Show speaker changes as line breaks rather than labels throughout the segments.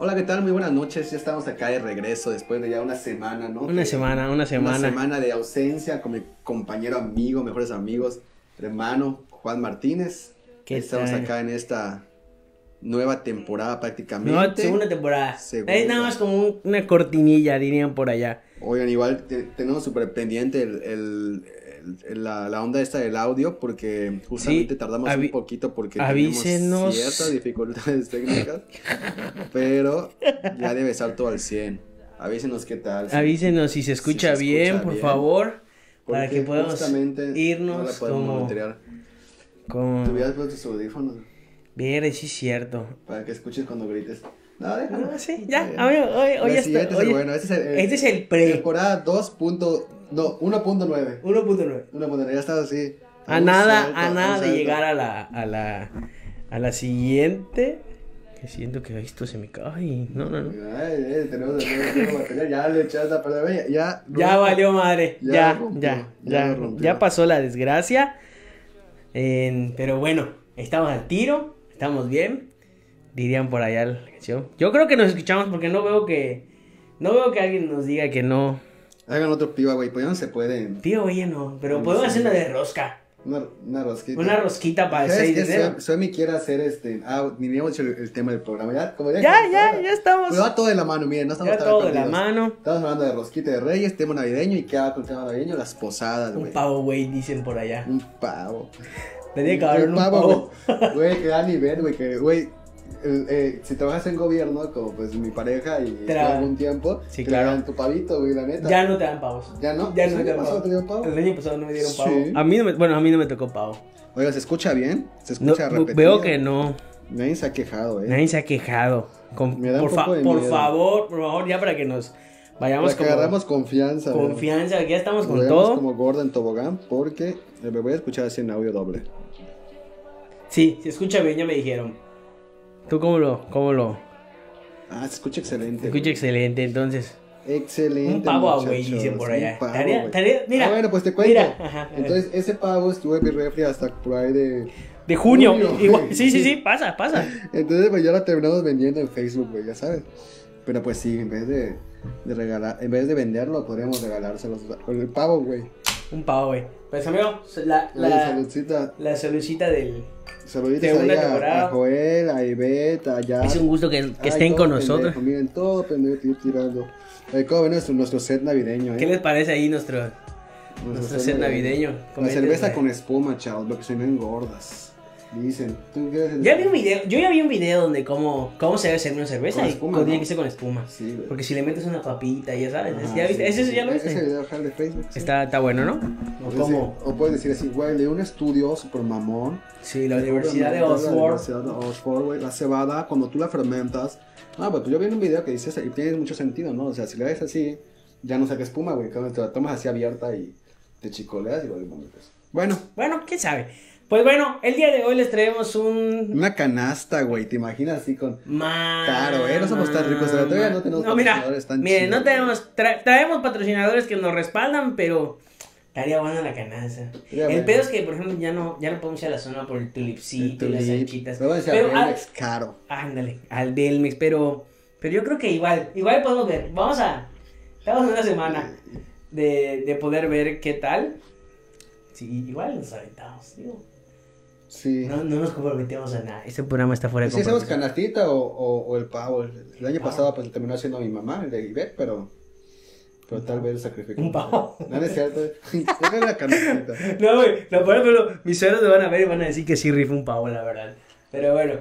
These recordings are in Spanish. Hola, ¿qué tal? Muy buenas noches. Ya estamos acá de regreso después de ya una semana, ¿no?
Una
Que-
semana, una semana.
Una semana de ausencia con mi compañero amigo, mejores amigos, hermano Juan Martínez.
¿Qué
estamos
tal?
acá en esta nueva temporada prácticamente.
No, segunda temporada.
Segunda.
Es nada más como un- una cortinilla, dirían por allá.
Oigan, igual te- tenemos súper pendiente el- el- el- la, la onda esta del audio porque justamente tardamos
avi-
un poquito porque
avísenos.
tenemos ciertas dificultades técnicas, pero ya debe estar todo al 100. Avísenos qué tal. si-
Avísenos si se escucha
escucha
bien, por
bien.
favor. Para
porque
que podamos
justamente
irnos
no la podemos
como-
monitorear.
Con...
Te hubieras puesto tus audífonos
Ver, sí es cierto. Ah,
para que escuches cuando grites. No, déjalo.
No, sí,
Está
ya,
bien.
amigo, hoy, hoy
La
ya
siguiente
está.
es el
hoy-
bueno, este es el- el-
este es el pre.
Temporada 2. No, 1.9.
1.9.
Una moderna, ya estaba así.
A nada, a nada de llegar a la, a la, a la siguiente. Que siento que esto se me cae. Ay, No, no, no.
eh, tenemos el nuevo- nuevo material, ya le echaste a perder, ya.
Ya valió madre.
Ya
Ya,
rompió,
ya,
ya
ya,
rompió.
ya pasó la desgracia. En- pero bueno, estamos al tiro, estamos bien. Dirían por allá la canción. Yo creo que nos escuchamos porque no veo que, no veo que alguien nos diga que no.
Hagan otro piba, güey, pues ya no se puede.
Tío, oye, no. Pero
No
podemos
sé.
hacer una de rosca,
Una, una rosquita.
una rosquita para el
¿Sabes
6 de
qué?
enero.
Suem- Suemi quiere hacer este. Ah, ni habíamos hecho el, el tema del programa. Ya, como
Ya, ya, ya estamos.
Pero Pues va todo de la mano, miren, no estamos
Ya
tan
todo de la
perdidos.
mano.
Estamos hablando de rosquita de reyes, tema navideño y qué va con el tema navideño, las posadas,
Un
güey.
pavo, güey, dicen por allá.
Un pavo.
Tenía que haber un pavo.
güey. Güey, que da nivel, güey, que, güey, eh, eh, si trabajas en gobierno, como pues mi pareja y
Te la-
algún tiempo,
Sí,
te
claro.
dan tu pavito, güey, la neta.
Ya no te dan pavos.
¿Ya no?
Ya
¿El
no
año
te dan
pasado
pavos.
te dieron pavo?
El año pasado no me dieron
Sí.
pavo. A mí no me, bueno, a mí no me tocó pavo.
Oiga, ¿se escucha bien? ¿Se
No,
escucha repetido?
veo que no.
Nadie se ha quejado, eh.
Nadie se ha quejado. Con-
Me da un
por, fa-
poco de
por
miedo.
favor, por favor, ya para que nos vayamos
Para que agarramos
con
confianza, güey.
confianza. que Ya estamos
Lo
con
veamos
todo.
como gorda en tobogán porque eh, me voy a escuchar así en audio doble.
Sí, se escucha bien, ya me dijeron. ¿Tú cómo lo? ¿Cómo lo?
Ah, se escucha
Se
excelente.
escucha excelente, entonces.
Excelente.
Un pavo a güey,
muchachos,
dicen por
un
allá.
pavo,
Tarea-
güey.
tarea- mira,
Ah, bueno, pues te cuento.
mira, ajá,
Entonces, ese pavo estuvo en mi refri hasta por ahí de.
De junio.
Junio,
igual-
güey.
sí, sí, sí, pasa, pasa.
Entonces, pues ya la terminamos vendiendo en Facebook, güey, ya sabes. Pero pues sí, en vez de, de regalar, en vez de venderlo, podríamos regalárselos con el pavo, güey.
Un pavo, güey. Pues amigo, la,
Oye,
la,
saludcita.
la saludcita del,
Saluditos
Segunda
ahí a,
temporada.
a Joel, a Ivette, a Jan.
Es un gusto que, que
Ah. Ay,
estén
todo
con nosotros.
pendejo, ¿eh? miren, todo pendejo que estoy tirando. Ay, cómo ven nuestro, nuestro set navideeño, ¿eh?
¿Qué les parece ahí nuestro, nuestro set navideño?
La
Comenten,
cerveza
güey.
con espuma, chavos, porque se ven gordas. Dicen, ¿tú qué haces?
Ya vi un video, yo ya vi un video donde cómo, cómo se debe hacer una cerveza
Con
y
espuma,
cómo tiene
¿no?
que ser con espuma.
Sí, güey.
Porque si le metes una papita, ya sabes.
Ajá,
¿Ya viste?
Ah, sí,
¿Ese ya lo
sí. Ese
viste?
video ojalá, de Facebook. sí.
Está, está bueno, ¿no?
O,
O
puedes decir-
cómo-
o puedes decir así, güey, leí un estudio super mamón.
Sí, la Universidad de
La
Oxford.
Universidad de Oxford, güey. La cebada, cuando tú la fermentas. Ah, pues yo vi en un video que dice eso y tiene mucho sentido, ¿no? O sea, si la ves así, ya no saca espuma, güey. Cuando te la tomas así abierta y te chicoleas y vale, madre, pues. Bueno,
Bueno, quién sabe. Pues bueno, el día de hoy les traemos un.
una canasta, güey. ¿Te imaginas así con.
Más.
Claro, eh, no somos tan ricos, pero todavía no tenemos
mira,
patrocinadores tan
miren, no
chidos.
tenemos. tra- traemos patrocinadores que nos respaldan, pero. Estaría buena la canasta.
Estaría
el
bueno.
pedo es que, por ejemplo, ya no, ya no podemos ir a la zona por el tulipcito y las
tulip?
salchitas.
Luego decía,
Pero,
"Ven,
ah,
es caro.
Ándale, al Belmex, pero, pero yo creo que igual, igual podemos ver. Vamos a. Estamos en una semana de, de poder ver qué tal. Sí, igual nos aventamos, digo.
Sí.
No, no nos comprometemos a nada. Este programa está fuera de
Si hacemos
compromiso. Ah.
canastita o, o- o el pavo. El, el año
Pavo.
pasado pues lo terminó haciendo mi mamá, el de Ivette, pero, pero tal vez lo sacrificó.
Un pavo.
No, no es cierto. Era la canastita.
No, güey, lo peor, pero mis suegros me van a ver y van a decir que sí rifa un pavo, la verdad. Pero bueno,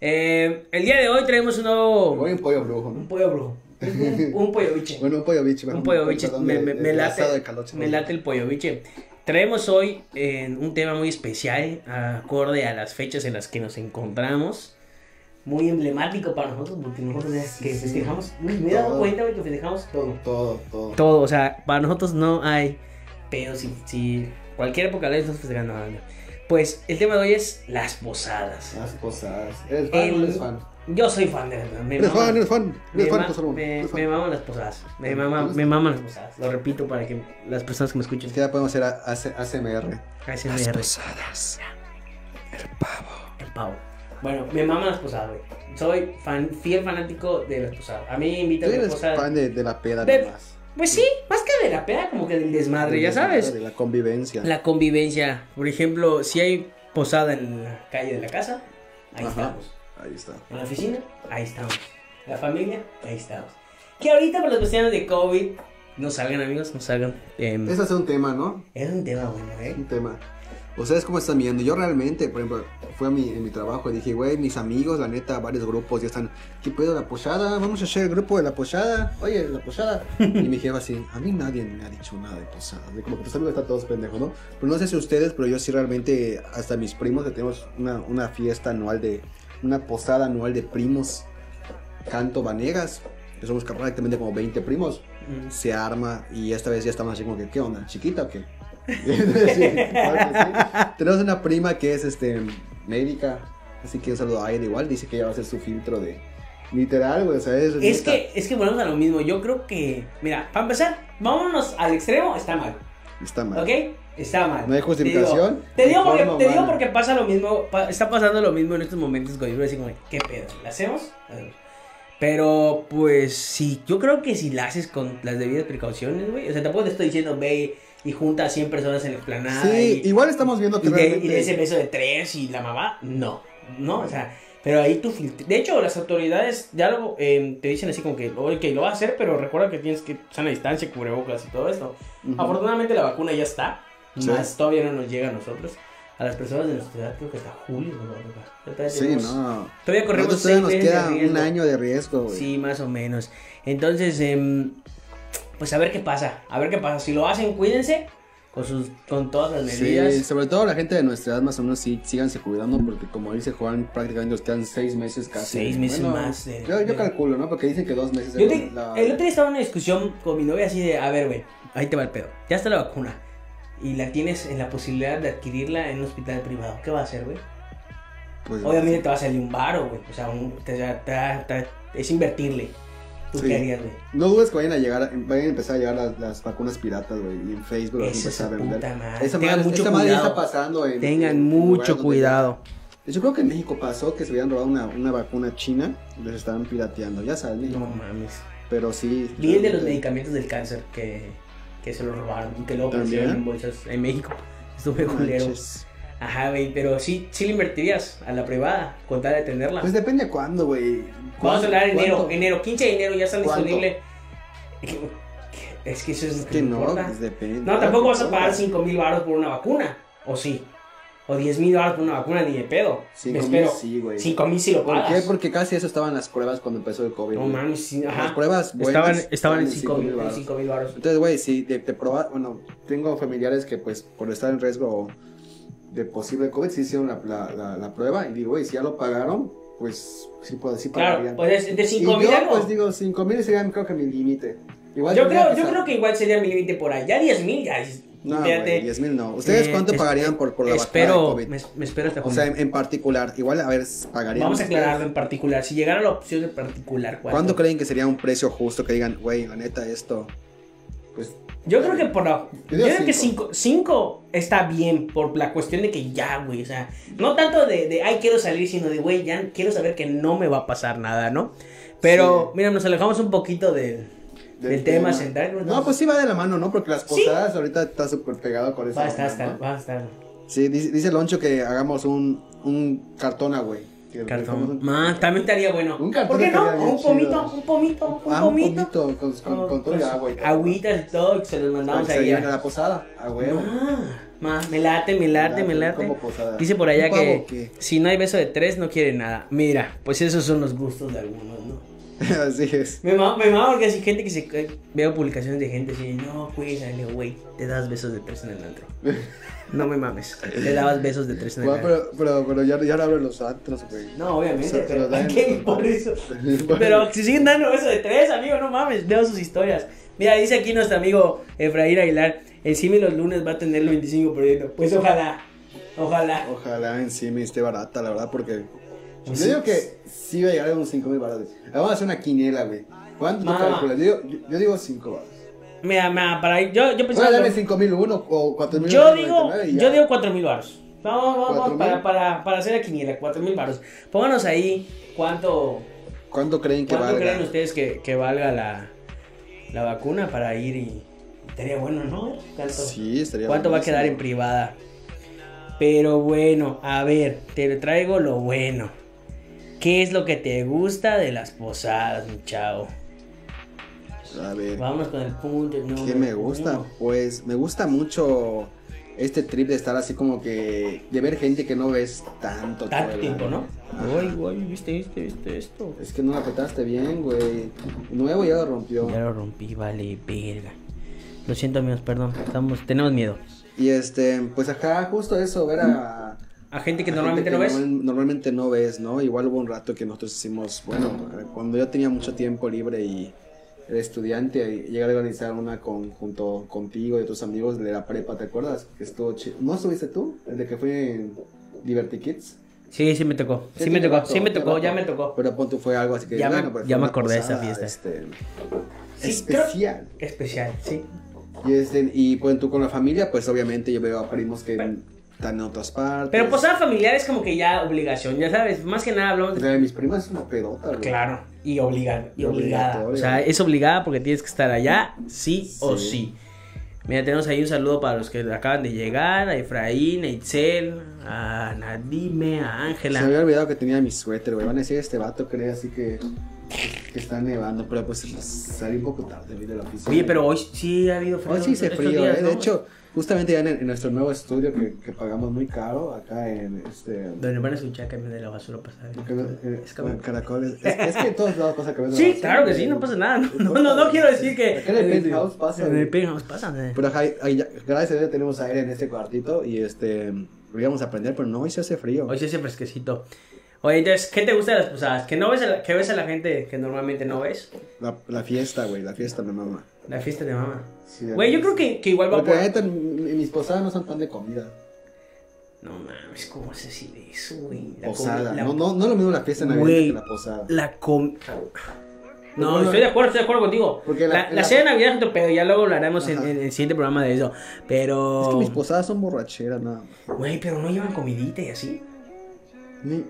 eh, el día de hoy traemos un nuevo.
Voy un pollo brujo,
Un
¿no?
pollo brujo. Un, un pollo biche.
Bueno, un pollo biche.
Un pollo biche,
perdón,
me,
de-
me-
de-
me
de
late,
asado de caloche,
me
¿no?
late el pollo biche. Traemos hoy eh, un tema muy especial, acorde a las fechas en las que nos encontramos. Muy emblemático para nosotros, porque nosotros es que
Sí, sí.
festejamos. Uy, me he dado
Todo.
cuenta de que festejamos todo.
Todo, todo.
Todo, o sea, para nosotros no hay pedos. Si, si cualquier época del año estamos festejando algo. Pues el tema de hoy es las posadas.
Las cosas. ¿Eres fan o no
El-
eres fan?
Yo soy fan de las me
Eres
maman-
fan, eres fan.
me,
Eres fan,
ma-
pues, hermano,
me-
eres fan.
me maman las posadas. Me,
¿Te
mama-
gustan?
me maman las posadas. Lo repito para que las personas que me escuchen.
Es que ya podemos hacer a- AC- ASMR.
ASMR.
posadas. El pavo.
El pavo. Bueno, me maman las posadas, güey. Soy fan, fiel fanático de las posadas. A mí me
Tú
invitan pues, a las
eres
posadas.
fan de, de la peda
De-
nomás.
Pues sí, más que de la peda, como que del desmadre, ya
De-
sabes.
De la convivencia.
La convivencia. Por ejemplo, si hay posada en la calle de la casa, ahí
Ajá.
estamos.
Ahí está.
En la oficina, ahí estamos. La familia, ahí estamos. Que ahorita por las cuestiones de COVID, no salgan amigos, no salgan. Em,
Ese es un tema, ¿no?
es un tema bueno, ¿eh?
Un tema. ¿Ustedes cómo están viendo? Yo realmente, por ejemplo, fue a mi, en mi trabajo y dije, güey, mis amigos, la neta, varios grupos ya están, ¿qué pedo la posada? Vamos a hacer el grupo de la posada. Oye, la posada. y mi jefa así, a mí nadie me ha dicho nada de posada. De como que tus amigos están todos pendejos, ¿no? Pero no sé si ustedes, pero yo sí realmente, hasta mis primos, que tenemos una, una fiesta anual de, una posada anual de primos, canto Vanegas, que somos prácticamente como 20 primos
Mm.
se arma y esta vez ya estamos así como que, ¿qué onda? ¿Chiquita o qué? Sí, claro que sí. Tenemos una prima que es este médica, así que un saludo a ella igual, dice que ella va a hacer su filtro de literal, güey, o sea, es,
Es
neta.
que, es que volvemos a lo mismo. Yo creo que, mira, para empezar, vámonos al extremo, está mal.
está mal.
¿Ok? Está mal.
No hay justificación.
Te digo,
Forma
porque, te digo
humana.
porque pasa lo mismo, pa- está pasando lo mismo en estos momentos con Ibra, así como, de, ¿qué pedo? ¿La hacemos? La hacemos. Pero, pues, sí, yo creo que si la haces con las debidas precauciones, güey. O sea, tampoco te estoy diciendo, ve y junta a 100 personas en el planada.
Sí,
y,
igual estamos viendo que
y de,
realmente
y de ese beso de tres y la mamá, no, no, o sea, pero ahí tú filtr- De hecho, las autoridades ya lo, eh, te dicen así como que, ok, lo vas a hacer, pero recuerda que tienes que sana distancia, cubrebocas y todo esto.
Ujú.
Afortunadamente la vacuna ya está,
Sí.
más todavía no nos llega a nosotros. A las personas de nuestra edad creo que hasta julio. ¿no? Todavía
Sí,
tenemos-
no.
Todavía corremos
Nosotros todavía
seis
nos
meses de
queda un
riesgo.
año de riesgo, güey.
Sí, más o menos. Entonces, em, pues a ver qué pasa, a ver qué pasa. Si lo hacen, cuídense con, sus, con todas las medidas.
Sí, sobre todo la gente de nuestra edad más o menos sí, síganse cuidando porque como dice Juan, prácticamente nos quedan seis meses casi.
Seis meses más de-
yo, yo
de-
calculo, ¿no? Porque dicen que dos meses.
Yo
era
te-
la-
El otro día estaba en una discusión con mi novia así de, a ver, güey, ahí te va el pedo. Ya está la vacuna y la tienes en la posibilidad de adquirirla en un hospital privado. ¿Qué va a hacer, güey?
pues,
Obviamente te va a salir un varo, güey. O sea, un- te- te- te- es invertirle. ¿Tú
Sí.
qué harías, güey?
No dudes que vayan a llegar, vayan a empezar a llegar las, las vacunas piratas, güey, y en Facebook las
Esa es
empezar a
su
vender.
puta madre.
Esa
Tengan
madre,
mucho
esta madre ya
cuidado.
está pasando en-
Tengan
en lugares
mucho
donde-
cuidado.
Yo creo que en México pasó que se habían robado una, una vacuna china y les estaban pirateando, ya saben.
No mames.
Pero sí.
Vi el de los
realmente-
medicamentos del cáncer que, que se lo robaron y que luego
¿También?
pusieron en bolsas en México. Estuve culero.
Manches.
Ajá, güey, pero sí, sí le invertirías a la privada con tal de tenerla.
Pues depende de cuándo, güey.
Vamos a hablar de enero,
¿Cuánto?
enero, 15 de enero ya está
¿Cuánto?
disponible. Es que eso es lo que,
Que
no
no,
importa.
pues depende.
No, tampoco vas a pagar 5 mil baros por una vacuna, o sí. O 10 mil baros por una vacuna, ni de pedo. Me
Cinco mil,
espero.
sí, güey.
5 mil si lo
¿Por qué?
pagas.
Porque casi eso estaban las pruebas cuando empezó el COVID.
No
güey.
mames, sí,
Las
ajá.
pruebas buenas
Estaban, estaban en
cinco
5
varos.
mil baros.
Entonces, güey, sí, te, te proba- Bueno, tengo familiares que, pues, por estar en riesgo de posible COVID, sí hicieron la, la, la, la prueba. Y digo, güey, si ya lo pagaron, pues sí, puedo, sí
Claro,
pagarían.
pues es de 5
y
mil
yo,
algo.
pues digo, 5 mil sería, creo que mi límite. Igual
yo
tendría
creo, yo
sa-
creo que igual sería mi límite por ahí. Ya 10 mil, ya. es-
No,
fíjate.
güey, 10 mil no. ¿Ustedes
Eh,
cuánto
es-
pagarían por, por la
espero,
vacuna de
me,
COVID?
me espero hasta
O
junio.
sea, en, en particular, igual, a ver, pagarían.
Vamos a
ustedes?
aclararlo en particular. Si llegara la opción de particular, ¿cuánto?
¿Cuánto creen que sería un precio justo que digan, güey, la neta, esto? Pues
Yo creo que por la.
Yo
Yo,
digo
creo que
cinco.
5 está bien por la cuestión de que ya, güey. O sea, no tanto de, de ay, quiero salir, sino de, güey, ya quiero saber que no me va a pasar nada, ¿no? Pero,
Sí.
mira, nos alejamos un poquito de. Del tema central, ¿no?
No, pues sí va de la mano, ¿no? Porque las
Sí.
posadas ahorita está súper pegado con eso.
Va a estar, hasta- va a estar.
Sí, dice, dice Loncho que hagamos un, un cartona, güey. Que le dejamos
Cartón.
Un,
Man, también estaría bueno.
Un cartón
¿Por qué no?
estaría bien
Un pomito,
chido.
un pomito, un
Ah,
pomito. Oh,
pomito con, con, con todo el
Con
agua. y todo.
Agüitas y todo, que se los
Para
mandamos
que se
ahí.
lleven a la posada, a huevo.
Ah, ma, me late, me late, me late.
Como posada.
Dice por allá
¿Un pavo
que
o qué?
si no hay beso de tres, no quiere nada. Mira, pues esos son los gustos de algunos, ¿no?
Así es.
Me mama, me mama porque hay gente que se. eh, Veo publicaciones de gente así, no, cuida, le digo, güey, te das besos de tres en el antro. No me mames, te dabas besos de tres en el
Bueno,
antro.
pero, pero, pero ya, ya no abren los antros, güey.
No,
Se-
obviamente,
se
pero
lo dan en
¿qué?
los
por
bares.
eso.
Bueno,
Pero si siguen dando eso de tres, amigo, no mames, veo sus historias. Mira, dice aquí nuestro amigo Efraín Aguilar, el Simi los lunes va a tener el 25%. Pues ojalá, ojalá.
Ojalá en sí me esté barata, la verdad, porque.
Pues
yo
sí.
digo que sí va a llegar a unos 5 mil baratos. Vamos a hacer una quiniela, güey. ¿Cuánto tú
Mamá.
calculas? Yo, digo- yo, yo digo 5 baros.
Mira, mira, para yo, yo
Bueno,
pensaba.
dame 5 mil uno o 4 mil
yo digo, yo digo 4 mil baros. Vamos, vamos,
¿Cuatro
vamos, para,
mil?
para, para hacer la quiniela, cuatro mil baros. Pónganos ahí cuánto,
¿Cuánto creen que
cuánto
valga?
creen ustedes que, que valga la, la vacuna para ir y estaría bueno, ¿no? ¿Eh? ¿Cuánto,
Sí, estaría
cuánto va a
buenísimo.
quedar en privada? Pero bueno, a ver, te traigo lo bueno. ¿Qué es lo que te gusta de las posadas, mi chavo?
A ver,
Vamos con el punto. el
¿qué
número
me gusta?
uno.
Pues me gusta mucho este trip de estar así como que. de ver gente que no ves tanto. todo
Tanto
el
tiempo,
año.
¿no? Uy, uy, viste, viste, viste esto.
Es que no la apretaste bien, güey. Nuevo ya lo rompió.
Ya lo rompí, vale, verga. Lo siento, amigos, perdón. Estamos, tenemos miedo.
Y este, pues acá justo eso, ver a.
A gente
a
que
gente
normalmente no ves.
normal- normalmente no ves, ¿no? Igual hubo un rato que nosotros hicimos, bueno, cuando yo tenía mucho tiempo libre y era estudiante, y llegué a organizar una con, junto contigo y otros amigos de la prepa, ¿te acuerdas? Que estuvo chido. ¿No estuviste tú? El de que fue en Liberty Kids.
Sí, sí me tocó. Sí
tiene
me tocó,
rato,
sí me
tiene
tocó,
rato.
ya me tocó.
Pero pon tú fue algo así que.
Ya me-
pues, fue
ya me
una
acordé de esa
posada,
fiesta.
este,
Sí, creo-
especial.
Especial, sí.
Y, este, y pues tú con la familia, pues obviamente yo veo a primos que
Pero-
están en otras partes.
Pero pues, posada familiar es como que ya obligación, ya sabes. Más que nada hablamos
O
de.
sea, mis primas es una pedota, güey.
Claro. Y obligan, y
Y
obligada.
obligatoria.
O sea, es obligada porque tienes que estar allá, sí, o
Sí.
sí. Mira, tenemos ahí un saludo para los que acaban de llegar, a Efraín, a Itzel, a Nadime, a
Se
Ángela.
me había olvidado que tenía mi suéter, güey. Van a decir este vato, creo, así que, que está nevando. Pero pues salí un poco tarde, vi de la oficina.
Oye, pero hoy sí ha habido frío.
Hoy sí se
estos
frío,
días,
eh.
¿no?
De hecho, justamente ya en, en nuestro nuevo estudio que, que pagamos muy caro, acá en este.
Donde van a escuchar que me de la basura pasada.
que- eh,
Es que-
caracoles. Es, es que en todos lados pasa que ves la
Sí,
basura,
claro que sí,
güey.
no pasa nada. No, no, no, no quiero decir que.
Acá en el penthouse pasa,
En el
güey.
penthouse pasa. eh.
Pero ajá, ahí ya- gracias a Dios ya tenemos aire en este cuartito y este. Lo íbamos a aprender, pero no, hoy se hace frío.
Hoy sí hace fresquecito. Oye, entonces, ¿qué te gusta de las posadas? ¿Que, no ves a la, que ves a la gente que normalmente no ves?
La, la fiesta, güey, la fiesta me mama.
La fiesta de mamá.
Sí, la
Güey, yo
fiesta.
creo que, que igual va
Porque la
por.
neta, mi- mis posadas no son tan de comida.
No mames, ¿cómo vas a decir eso, güey? La
Posada.
comi- la-
No, no, no es lo mismo la fiesta navideña
Güey.
que la posada.
La com. No,
Bueno,
estoy de acuerdo, estoy de acuerdo contigo.
Porque la-
la, la
la-
cena de Navidad es otro pedo, ya luego hablaremos en,
Ajá.
en el siguiente programa de eso. Pero.
Es que mis posadas son borracheras, nada más.
Güey, pero no llevan comidita y así.
Ni-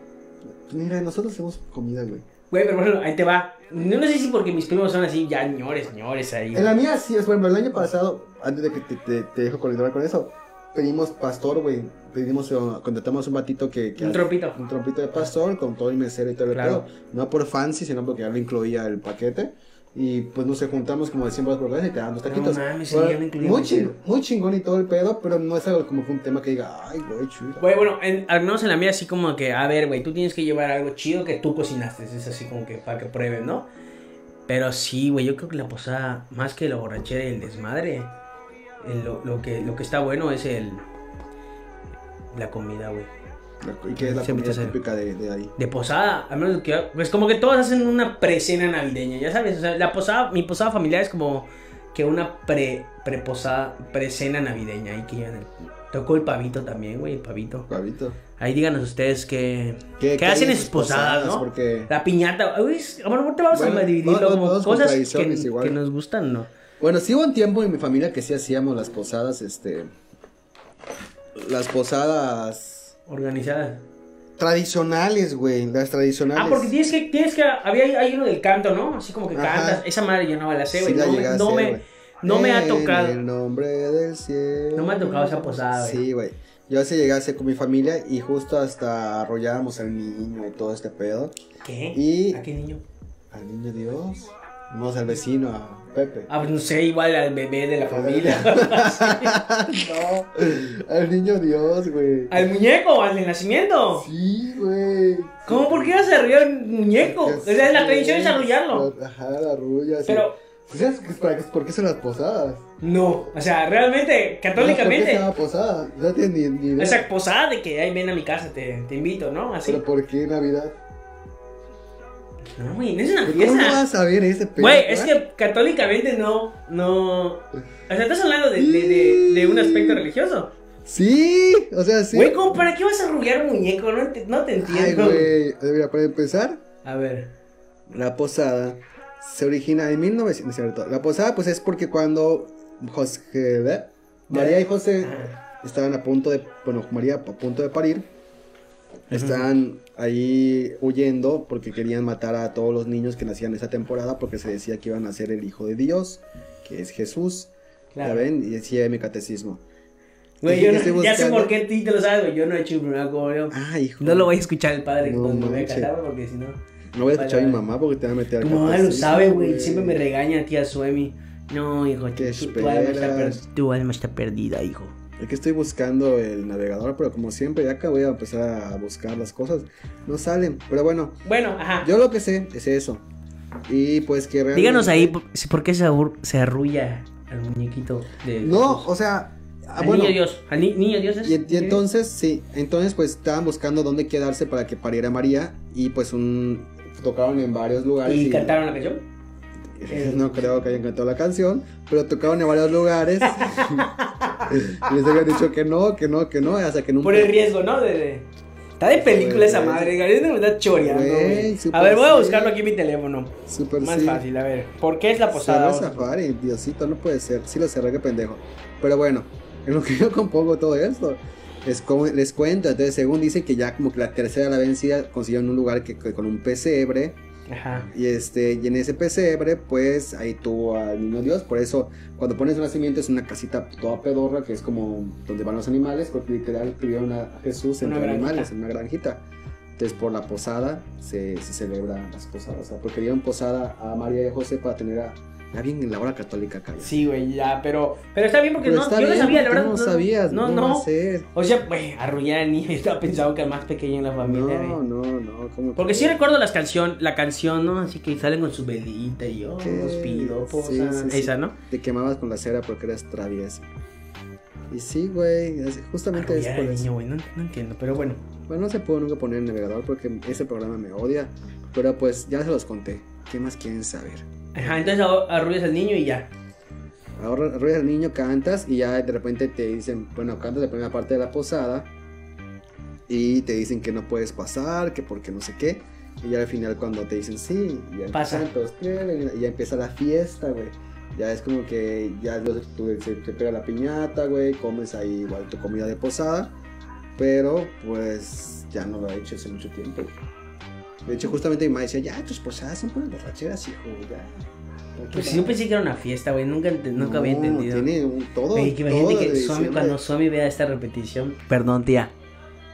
mira, nosotros hacemos comida, güey.
Güey, pero bueno, ahí te va. No, no sé si porque mis primos son así, ya ñores, ñores ahí.
En la mía sí es, bueno, el año pasado, antes de que te, te, te dejo continuar con eso, pedimos pastor, güey. Pedimos, eh, contratamos un batito que. que
Un trompito.
un trompito de pastor con todo el mesero y todo el
Claro.
pedo. No por fancy, sino porque ya lo incluía el paquete. Y pues nos juntamos como decimos por y te daban los taquitos.
No mames, sí,
Bueno,
ya lo incluía
muy,
el
ching-
mesero.
muy chingón y todo el pedo, pero no es algo como que un tema que diga, ay, güey, chulo.
Güey, bueno, en- al menos en la mía así como que, a ver, güey, tú tienes que llevar algo chido que tú cocinaste. Es así como que para que prueben, ¿no? Pero sí, güey, yo creo que la posada, más que la borrachera y el desmadre, el- lo, lo que, lo que está bueno es el... La comida, güey.
Y que es la comida
Siempre te sale.
típica de, de ahí.
De posada, al menos que... Pues como que todas hacen una precena navideña, ya sabes. O sea, la posada, mi posada familiar es como que una pre, preposada, precena navideña. Ahí que llevan el... Tocó el pavito también, güey, el pavito.
Pabito.
Ahí díganos ustedes que...
¿Qué,
¿Qué hacen
hay
en sus posadas, no?
Porque,
La piñata, uy, es- bueno, ahorita vamos
Bueno,
a dividirlo
vamos-
como
vamos con
cosas que,
tradiciones igual.
que nos gustan, ¿no?
bueno, sí hubo un tiempo en mi familia que sí hacíamos las posadas, este... Las posadas
Organizadas.
tradicionales, güey, las tradicionales.
Ah, porque tienes que, tienes que, había hay uno del canto, ¿no? Así como que
Ajá.
cantas, esa madre yo no me la sé,
Sí
güey,
la
no,
llegué a
me, no,
hacer,
me,
güey.
no me ha
En
tocado.
el nombre del cielo.
No me ha tocado esa posada, güey.
Sí, güey. Yo sí llegué a hacer con mi familia y justo hasta arrollábamos al niño y todo este pedo.
¿Qué?
Y-
¿A qué niño?
Al niño Dios. No, al vecino, a Pepe.
Ah, pues no sé, igual al bebé de la familia.
no, al niño Dios, güey.
¿Al muñeco? ¿Al del nacimiento?
Sí, güey.
¿Cómo? ¿Por qué se rió el muñeco? O sea, la tradición es arrollarlo.
Ajá, la arrulla, sí.
Pero,
Pues, ¿sabes qué- para qué- ¿Por qué son las posadas?
no, o sea, realmente,
¿Por qué se
católicamente,
llama posada? No tienes ni, ni idea.
esa posada de que, ay, ven a mi casa, te, te invito, ¿no? Así.
Pero ¿por qué Navidad?
No, Ah, güey, no es una
¿Cómo no
fiesta.
vas a ver ese pedo?
Güey, es
¿verdad?
que católicamente no, no... O sea, estás hablando de, de, de- de un aspecto religioso.
Sí, o sea, sí.
Güey, ¿cómo, ¿para qué vas a arrullar muñeco? No te, no te
Ay,
entiendo.
güey. Mira, para empezar,
a ver.
la posada se origina en 1900. es cierto. La posada, pues es porque cuando José, ¿verdad? María y José
Ajá.
Estaban a punto de, bueno, María a punto de parir. Están ahí huyendo porque querían matar a todos los niños que nacían esa temporada porque se decía que iban a ser el hijo de Dios, que es Jesús.
Claro.
Ya ven, y decía en mi catecismo.
Güey,
Dije
yo
que
no-
estoy
ya sé
buscando-
por qué tú te lo sabes, güey. Yo no he hecho el primer correo.
Ah, hijo.
No lo voy a escuchar el padre
No
cuando me vea
manches.
cantar, porque si no.
No voy a escuchar a mi
Vale, vale.
mamá porque te va a meter al
Tu mamá lo
catecismo,
sabe, güey. Siempre me regaña, tía Suemi. No, hijo, tu,
¿Qué
tu- tu alma está per-
esperas?
tu alma está perdida, hijo.
Es que estoy buscando el navegador, pero como siempre, ya que voy a empezar a buscar las cosas, no salen. Pero bueno,
Bueno, ajá.
yo lo que sé es eso. Y pues que realmente.
Díganos ahí por, si- por qué se, abur- se arrulla al muñequito de.
No,
Jesús.
o sea. ah,
Al
bueno,
niño Dios. Al ni- niño Dios es.
Y, y entonces, sí, entonces pues estaban buscando dónde quedarse para que pariera María y pues un tocaron en varios lugares.
¿Y cantaron la canción?
No creo que hayan cantado la canción, pero tocaron en varios lugares. Les habían dicho que no, que no, que no, hasta que nunca...
Por el riesgo, ¿no? De, de- Está de película esa
Güey.
madre, Gabriel me está choreando.
Güey,
güey.
súper
A ver, voy a
sí.
buscarlo aquí en mi teléfono.
Super
Más
sí.
fácil, a ver. ¿Por qué es la posada?
Cerró Safari, Diosito, no puede ser. Sí lo cerré, qué pendejo. Pero bueno, en lo que yo compongo todo esto, les, co- les cuento. Entonces, según dicen que ya como que la tercera la vencida consiguieron un lugar que, que con un pesebre.
Ajá.
Y este, y en ese pesebre, pues ahí tuvo al niño Dios. Por eso, cuando pones un nacimiento, es una casita toda pedorra que es como donde van los animales, porque literal tuvieron a Jesús
Una
entre
granjita.
animales, en una granjita. Entonces, por la posada se, se celebran las posadas, o sea, porque dieron posada a María y a José para tener a. Ya bien en la hora católica acá. ya.
Sí, güey, ya, pero. Pero está bien porque
Pero
no,
está
yo no
bien,
sabía, la
porque
verdad.
No sabías,
No,
¿cómo va a
no.
ser?
O sea, güey, arrullar al niño. Yo estaba pensando que el más pequeño en la familia, güey.
No, no, no. ¿cómo
Porque sí
crees?
recuerdo las canción, la canción, ¿no? Así que salen con su velita y yo
¿Qué?
los
Sí,
pido, posa.
sí, sí.
Esa, ¿no?
Te quemabas con la cera porque eras traviesa. Y sí, güey, es- justamente es
Arrullar
por
al
eso.
niño, güey, no, no entiendo, pero bueno.
Bueno, no se puedo nunca poner el navegador porque ese programa me odia. Pero pues ya se los conté. ¿Qué más quieren saber?
Ajá, entonces ahor- arrullas al niño y ya.
Ahora arrullas al niño, cantas y ya de repente te dicen, bueno, cantas la primera parte de la posada y te dicen que no puedes pasar, que porque no sé qué. Y ya al final cuando te dicen sí, y ya
Pasa.
empiezan todos, "Tienen", y ya empieza la fiesta, güey. Ya es como que ya los- tú- se te pega la piñata, güey, comes ahí igual tu comida de posada, pero pues ya no lo he hecho hace mucho tiempo. De hecho, justamente mi mamá decía, ya, tus posadas son puras borracheras, hijo, ya.
Pues yo pensé que era una fiesta, güey, nunca, ent- nunca había
No,
entendido.
Tiene un todo.
Güey, que imagínate
todo
que
de
Suami,
diciembre.
cuando Suami vea esta repetición. Perdón, tía.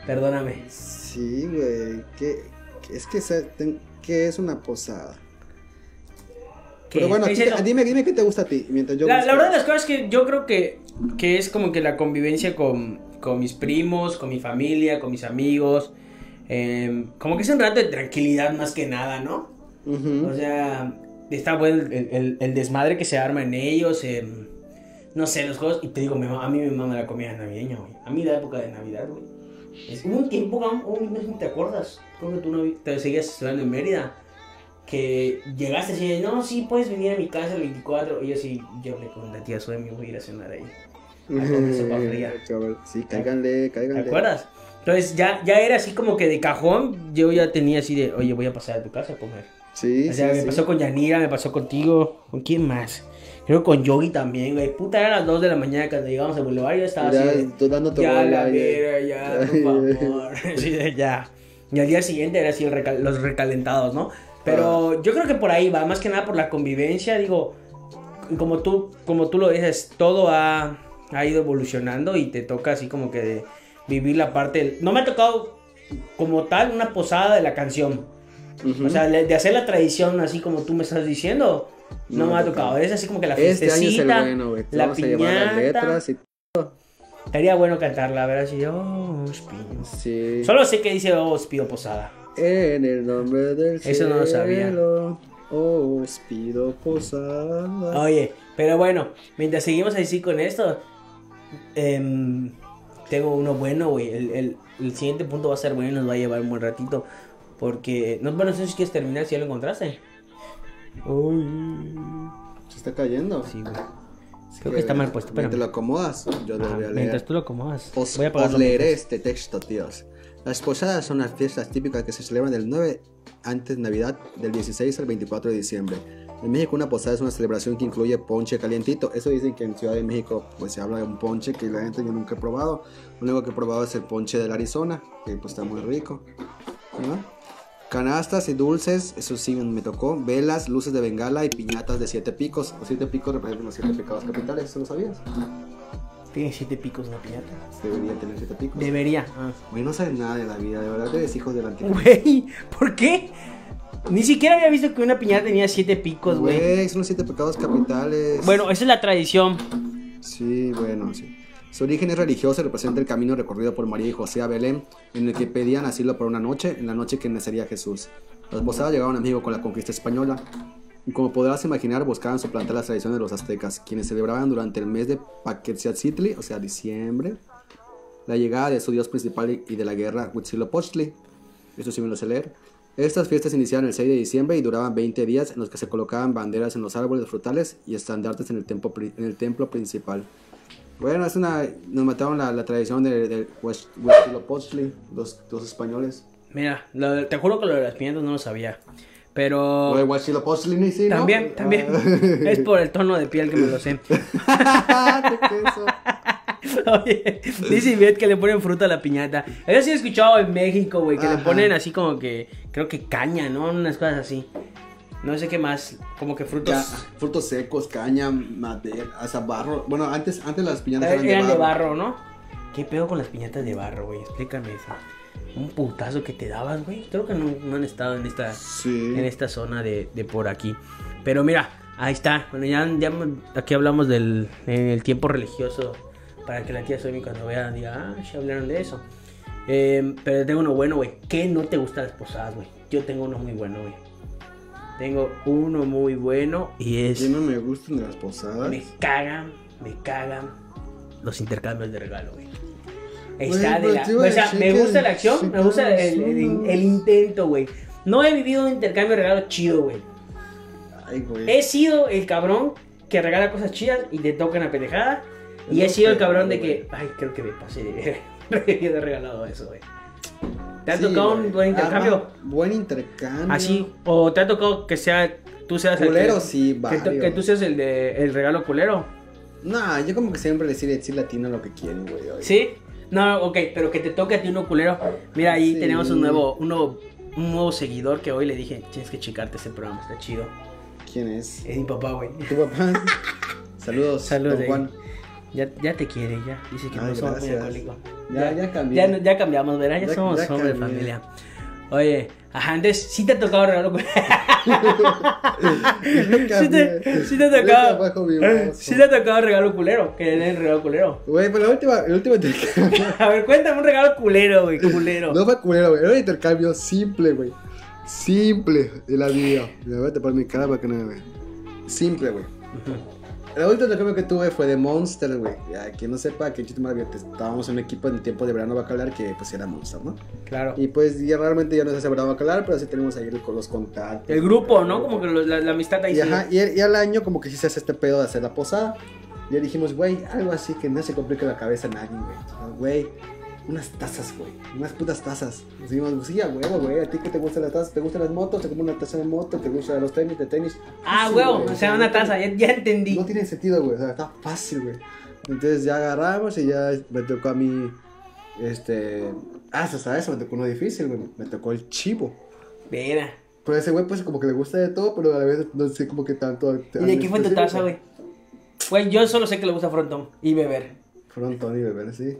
Perdóname.
Sí, güey. Que, que es que, se- ten- que es una posada.
¿Qué?
Pero bueno,
Es
a ti-
eso.
dime, dime qué te gusta a ti. Mientras yo
la,
busco.
la verdad de las cosas es que yo creo que, que es como que la convivencia con, con mis primos, con mi familia, con mis amigos. eh, como que es un rato de tranquilidad más que nada, ¿no?
Ujú.
O sea, está bueno el, el- el desmadre que se arma en ellos. em, no sé, los juegos. Y te digo, me ma- a mí me mama la comida navideña, güey. A mí la época de Navidad, güey. Es- Hubo un tiempo, cabrón, un- no sé si te acuerdas. Creo que tú no vi- te seguías estudiando en Mérida. Que llegaste así, de, no, sí, puedes venir a mi casa el 24. Y yo sí, yo le conté a tía Suemi, voy a ir a cenar ahí. con sopa fría.
Cabrón, Sí, cáiganle,
¿Eh? ¿Te
cáiganle.
acuerdas? Entonces ya, ya era así como que de cajón. Yo ya tenía así de, oye, voy a pasar a tu casa a comer.
Sí,
O sea,
sí,
me
sí.
pasó con Yanira, me pasó contigo, ¿con quién más? Creo que con Yogi también, güey. Puta, eran las 2 de la mañana cuando llegamos al Boulevard, yo estaba
Ya,
así. de,
tú dándote
Ya
bola,
la
ya.
mira, ya,
Ay,
por favor. Sí, de, ya. Y al día siguiente era así el recal- los recalentados, ¿no?
Ah.
Pero yo creo que por ahí va, más que nada por la convivencia, digo, como tú, como tú lo dices, todo ha, ha ido evolucionando y te toca así como que de vivir la parte... No me ha tocado como tal una posada de la canción,
Ujú.
o sea, le- de hacer la tradición así como tú me estás diciendo, no,
No,
me ha
no,
tocado.
no.
Es así como que la
este año es el
fiestecita.
bueno, güey. Te
la
Vamos a llevar las
piñata.
letras y.
Estaría bueno cantarla, a ver así, oh, Ospio.
Sí.
Solo sé que dice oh, Ospio Posada.
En el nombre del cielo.
Eso no lo sabía.
Os pido posada.
Oye, pero bueno, mientras seguimos así con esto, em, tengo uno bueno, güey. El, el- el siguiente punto va a ser bueno y nos va a llevar un buen ratito. Porque, no, bueno, no sé si quieres terminar, si ya lo encontraste. Uy.
Se está cayendo.
Sí, güey.
Sí,
Creo que está
güey.
mal puesto,
Mientras
espérame.
lo acomodas, yo lo
Ajá,
voy a leer.
mientras tú lo acomodas.
Os,
voy a apagar
os
los
leeré este texto, tíos. Las posadas son las fiestas típicas que se celebran del 9 antes Navidad, del 16 al 24 de diciembre. En México una posada es una celebración que incluye ponche calientito. Eso dicen que en Ciudad de México pues se habla de un ponche que la gente yo nunca he probado. Lo único que he probado es el ponche del Arizona, que pues está muy rico. ¿no? Canastas y dulces, eso sí me tocó. Velas, luces de bengala y piñatas de siete picos. Los siete picos representan los siete pecados capitales, ¿eso lo sabías?
Tiene siete picos una piñata.
Debería tener siete picos.
Debería. Ah.
Güey, no sabes nada de la vida, de verdad que eres hijo del anticristo.
Güey, ¿por qué? Ni siquiera había visto que una piñata tenía siete picos, güey.
Güey, son los siete pecados capitales.
Bueno, eh. esa es la tradición.
Sí, bueno, sí. Su origen es religioso y representa el camino recorrido por María y José a Belén, en el que pedían asilo por una noche, en la noche que nacería Jesús. Las posadas llegaron a México con la conquista española. Y como podrás imaginar, buscaban suplantar las tradiciones de los aztecas, quienes celebraban durante el mes de Paquetziatzitli, o sea, diciembre, la llegada de su dios principal y de la guerra, Huitzilopochtli. Esto sí me lo sé leer. Estas fiestas iniciaron el 6 de diciembre y duraban 20 días, en los que se colocaban banderas en los árboles frutales y estandartes en el templo, pri- en el templo principal. Bueno, es una, nos mataron la, la tradición de, de Hues- Huitzilopochtli, los, los españoles.
Mira, lo de- te juro que lo de las piñatas no lo sabía. Pero.
Oye, Huitzilopochtli, ni Pues, sí, ¿no?
Oh. También, también.
Ah.
Es por el tono de piel que me lo sé.
¿Qué queso?
Oye, dice Ivette que le ponen fruta a la piñata. Eso sí he escuchado en México, güey, que le
Ajá.
ponen así como que, creo que caña, ¿no? Unas cosas así. No sé qué más, como que frutos.
Ya, frutos secos, caña, madera, hasta barro. Bueno, antes, antes las piñatas
eran, de barro, ¿no? ¿Qué pedo con las piñatas de barro, güey? Explícame eso. Un putazo que te dabas, güey. Creo que no, no han estado en esta,
Sí.
en este- esta zona de, de por aquí. Pero mira, ahí está. Bueno, ya, ya aquí hablamos del en el tiempo religioso. Para que la tía Sony cuando vea diga, ah, ya hablaron de eso. Eh, pero tengo uno bueno, güey. ¿Qué no te gustan las posadas, güey? Yo tengo uno muy bueno, güey. Tengo uno muy bueno y es...
Sí, no me gustan de las posadas.
Me cagan, me cagan los intercambios de regalo, güey.
Güey,
Está de
pero
la.
te iba a
O sea,
decir
me
que
gusta la
sí
acción, me
te
gusta el,
emocionas.
el- el intento, güey. No he vivido un intercambio de regalo chido, güey.
Ay, güey.
He sido el cabrón que regala cosas chidas y te tocan a pendejada. Y he
Es lo
sido el
peor,
cabrón de
güey.
que, ay, creo que me pasé de verga. No debí haber regalado eso, güey. ¿Te ha
Sí,
tocado
güey. Ah,
un buen intercambio?
Ajá, buen intercambio.
Así, o te ha tocado que sea, tú seas
Culero,
el que-
sí,
que, tú-
varios.
que tú seas el de el regalo culero.
Nah, yo como que siempre le decir decir latino lo que quieren, güey. oye.
¿Sí? No, ok, pero que te toque a ti uno culero. Mira, ahí
Sí.
tenemos un nuevo, un nuevo, un nuevo seguidor que hoy le dije, tienes que checarte este programa, está chido.
¿Quién es?
Es mi papá, güey.
¿Tu papá? Saludos,
Saludos,
don
ahí.
Juan.
Ya, ya te quiere, ya. Dice que
Ay,
no somos muy
gracias.
alcohólicos.
Ya, ya cambié.
Ya, no- ya cambiamos, ¿verdad? Ya,
Ya-
somos
ya
hombre
cambié.
familia. Oye, ajá, antes sí te ha tocado regalo culero. eh. sí, te, sí te ha tocado. Sí te ha tocado regalo culero, que le den regalo culero.
Güey, pero la última, el último intercambio.
A ver, cuéntame un regalo culero, güey, culero.
No fue culero, güey. Era un intercambio simple, güey. Simple. Y la vida. La voy a tapar mi cara para que no me vean. Simple, güey. El último intercambio que tuve fue de Monster, güey. A quien no sepa, que chiste maravilloso. Estábamos en un equipo en el tiempo de verano bacalar que pues era Monster, ¿no?
Claro.
Y pues ya realmente ya no se hace verano bacalar, pero sí tenemos ahí con los contactos.
El grupo, ¿no? Como que lo- la, la amistad ahí
Y,
sí.
ajá, y, al- y al año como que sí se hace este pedo de hacer la posada. Y Ya dijimos, güey, algo así que no se complique la cabeza a nadie, güey. Ah, Güey, unas tazas, güey. Unas putas tazas. Nos dijimos, "Pues sí, a huevo, güey. A ti que te gustan las tazas, te gustan las motos, te compras una taza de moto, te gustan los tenis, de tenis.
Ah,
Sí,
huevo,
güey,
o sea, una
no
taza, ya,
tiene-
ya entendí.
No tiene sentido, güey. O sea, está fácil, güey. Entonces ya agarramos y ya me tocó a mí, este... Ah, hasta eso, me tocó uno difícil, güey. Me tocó el chivo.
Mira.
Pero ese güey, pues como que le gusta de todo, pero a la vez no sé como que tanto.
¿Y de qué fue tu taza, güey? Güey, yo solo sé que le gusta frontón y beber.
Fueron Tony Beber, sí.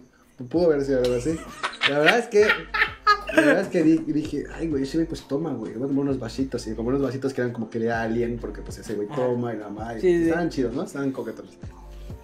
Pudo haber sido algo así. La verdad es que. La verdad es que di- dije, ay, güey, ese güey, pues toma, güey. Voy a comprar unos vasitos. Y compré unos vasitos que eran como que de alien, porque pues ese güey
Ajá.
toma y la madre.
Sí, sí, sí.
Estaban chidos, ¿no? Estaban coquetones.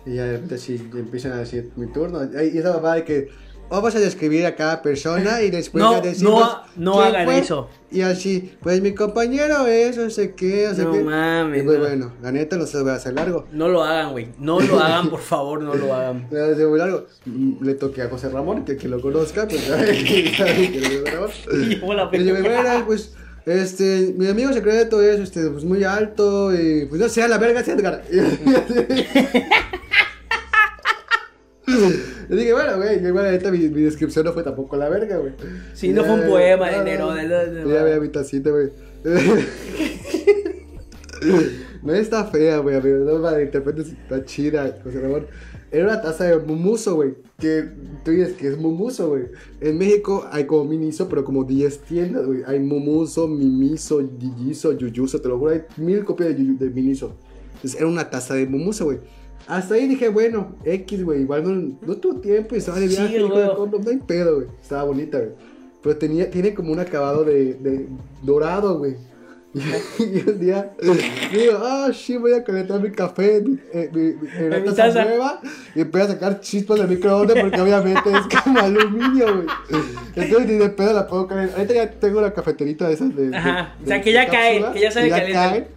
Y ya de repente sí, y empiezan a decir mi turno. Ay, Y esa papá de que. O vas a describir a cada persona y después
No,
ya decimos
no ha- no
quién
hagan
fue".
eso.
Y así, pues mi compañero es, no sé qué, no sé
No
qué.
mames,
Y pues
no.
bueno, la neta no se lo voy a hacer largo.
No lo hagan, güey. No lo hagan, por favor, no lo hagan.
Eh, se volvió algo. Mm, Le toqué a José Ramón, que quien lo conozca, pues sabe que sabe que lo Ramón.
Y llevó la
Pero yo me bueno, pues, este, mi amigo secreto es, este, pues muy alto y, pues no sea la verga, sea Edgar. Y dije, bueno, güey, yo igual ahorita mi, mi descripción no fue tampoco la verga, güey.
Sí, no fue un poema de
Ah,
Neruda, no, no,
Ya
no.
veía mi tacita, güey. No está fea, güey, amigo. No la interpretes, está chida, José Ramón. Era una taza de mumuso, güey. Que tú dices que es mumuso, güey. En México hay como miniso, pero como 10 tiendas, güey. Hay mumuso, mimiso, dillizo, yuyuso, te lo juro. Hay mil copias de, yuyu- de miniso. Entonces era una taza de mumuso, güey. Hasta ahí dije, bueno, X, güey. Igual no, no tuvo tiempo y estaba de
Sí,
viaje, hijo de
güey.
condom. No hay pedo, güey. Estaba bonita, güey. Pero tenía, tiene como un acabado de, de dorado, güey. Y un día digo, ah, sí, voy a calentar mi café en, mi- en mi- en
En mi
una taza
taza.
nueva y empiezo a sacar chispas del microondas porque obviamente es como aluminio, güey. Entonces ni de pedo la puedo calentar. Ahorita ya tengo la cafeterita de esas de. de-
Ajá, o sea,
de-
que
de
ya cae, que ya sabe
y
calentar.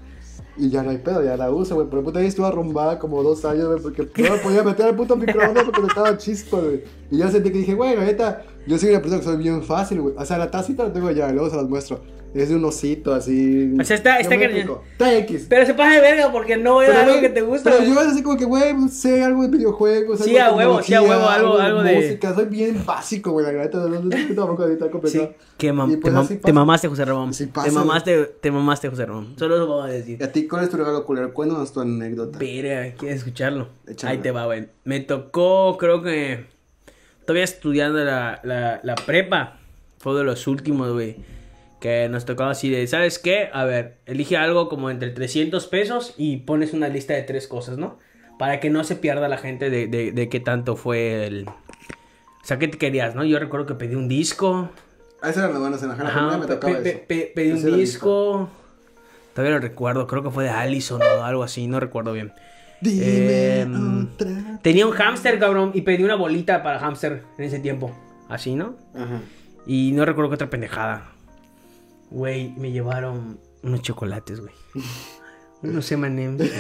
y ya no hay pedo, ya la uso, güey. Pero puta, ahí estuvo arrumbada como dos años, güey, porque no me podía meter al puto microondas porque me estaba chispa, güey. Y yo sentí que dije, güey, la neta, yo soy una persona que soy bien fácil, güey. O sea, la tacita la tengo allá, luego se las muestro. Es de un osito así.
O sea, está- está
geométrico. Está X.
Pero se pasa de verga porque no era algo
güey,
que te gusta.
Pero
güey.
yo es así como que, güey, no sé, algo de videojuegos.
Sí,
algo de
a huevo, sí, a
tecnología,
huevo, algo- algo de-
Música, soy bien básico, güey, la neta. No no estoy tampoco ahorita
Sí,
completado.
que mam-
Y pues
te, mam-
así
te
pasa.
mamaste, José Ramón.
Sí
te
pasa,
mamaste, te mamaste, José Ramón. Solo eso vamos a decir.
¿Y a ti cuál es tu regalo culero? Cuéntanos tu anécdota.
Verga, quieres escucharlo.
Échala.
Ahí te va, güey. Me tocó, creo que todavía estudiando la, la, la prepa. Fue de los últimos, güey. Que nos tocaba así de, ¿sabes qué? A ver, elige algo como entre 300 pesos y pones una lista de tres cosas, ¿no? Para que no se pierda la gente de, de, de qué tanto fue el... O sea, ¿qué te querías, no? Yo recuerdo que pedí un disco.
Ah, esa era la buena cena. Ajá, la primera
Ajá,
me
pe-
tocaba
pe-
eso.
pe- pedí
Ese
un
era el
disco. Todavía lo recuerdo, creo que fue de Allison o algo así, no recuerdo bien.
Dime
Em,
otra.
Tenía un hámster, cabrón, y pedí una bolita para hámster en ese tiempo. Así, ¿no?
Ajá.
Y no recuerdo qué otra pendejada. Güey, me llevaron unos chocolates, güey. unos M&M's. güey.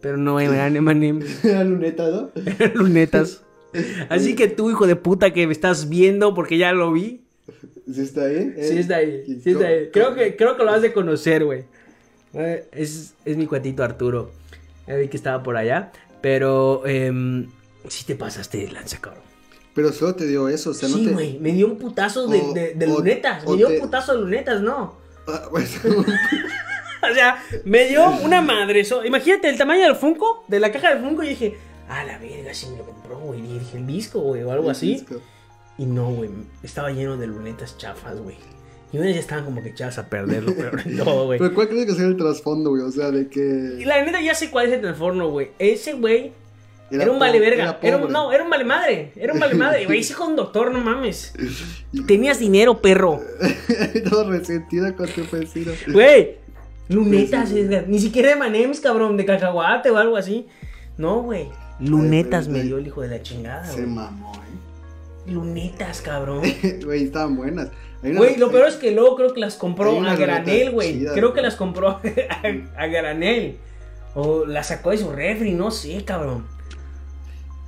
Pero no eran M&M's,
Era luneta, ¿no?
eran lunetas. Así que tú, hijo de puta, que me estás viendo porque ya lo vi.
¿Sí está ahí? Eh,
Sí, es de ahí.
¿y
Sí, es de ahí.
cómo-
Creo que, creo que lo has de conocer, güey. Eh, Es, es mi cuatito Arturo. El que estaba por allá. Pero si sí te pasaste de lanza, cabrón.
Pero solo te dio eso, o sea, no
sí,
te.
güey. Me dio un putazo de,
O-
de- de
o-
lunetas.
o
Me dio
te-
un putazo de lunetas, no.
Ah, pues,
O sea, me dio una madre. so- Imagínate el tamaño del Funko, de la caja del Funko. Y dije, a la verga, si me lo compró, güey. Y dije, el disco, güey, o algo así. Y no, güey, estaba lleno de lunetas chafas, güey. Y unas ya estaban como que echadas a perderlo, pero no, güey.
Pero ¿cuál crees que sea el trasfondo, güey? O sea, de
Y
que.
La neta ya sé cuál es el transformo, güey. Ese güey era, un
po-
vale verga. Era un-
pobre.
no, era un vale madre. Era un vale madre. Güey, ese con doctor, no mames. Tenías dinero, perro.
Todo resentido con tu vecino.
Güey. Lunetas, Edgar. Ni siquiera de Manems, cabrón, de cacahuate o algo así. No, güey. Lunetas
Ay,
me
güey.
dio el hijo de la chingada,
Se
güey.
mamó, ¿eh?
Lunetas, cabrón.
Güey, estaban buenas. Hay una- eh,
Güey, lo
hay-
peor es que luego creo que las compró
Hay una
a
luneta
granel, güey.
chida,
Creo
güey.
que las compró a, a granel. O las sacó de su refri, no sé, cabrón.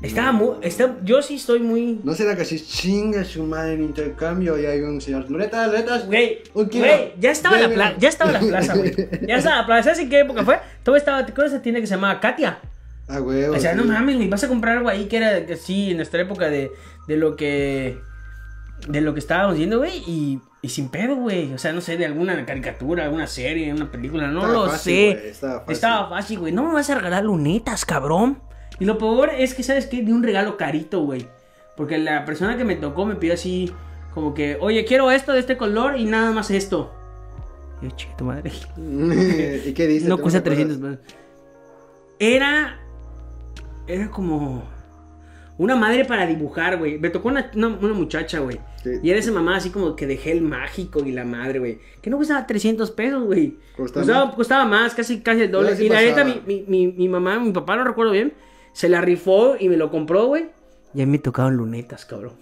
Estaba
No.
muy. está- yo sí estoy muy.
No será que así chinga su madre en intercambio y hay un señor. Luneta, lunetas.
Güey,
Un kilo.
güey, ya estaba la
Deme.
plaza, ya estaba la plaza, güey. Ya estaba la plaza, ¿sabes en qué época fue? Todavía estaba, ¿te acuerdas de esa tienda que se llamaba Katia?
Ah, güey.
O sea,
sí.
no mames, güey, vas a comprar algo ahí que era que sí, en nuestra época de, de lo que de lo que estábamos viendo, güey, y, y sin pedo, güey. O sea, no sé, de alguna caricatura, alguna serie, una película, no
Estaba
lo
fácil,
sé.
güey, Estaba fácil.
Estaba fácil, güey. No me vas a regalar lunetas, cabrón. Y lo peor es que, ¿sabes qué? De un regalo carito, güey. Porque la persona que me tocó me pidió así, como que, oye, quiero esto de este color y nada más esto. Y Yo, che, tu madre.
¿Y qué dice?
No
¿Tú
cuesta
te acuerdas?
300 pesos. Era. Era como. Una madre para dibujar, güey. Me tocó una, una- una muchacha, güey.
Sí.
Y era esa mamá así como que de gel mágico y la madre, güey. Que no costaba 300 pesos, güey.
Costaba
Costaba,
más.
costaba más, casi, casi el doble.
Ya, sí
y la neta,
pasaba.
mi, mi, mi, mi mamá, mi papá, no recuerdo bien, se la rifó y me lo compró, güey. Y a mí me tocaban lunetas, cabrón.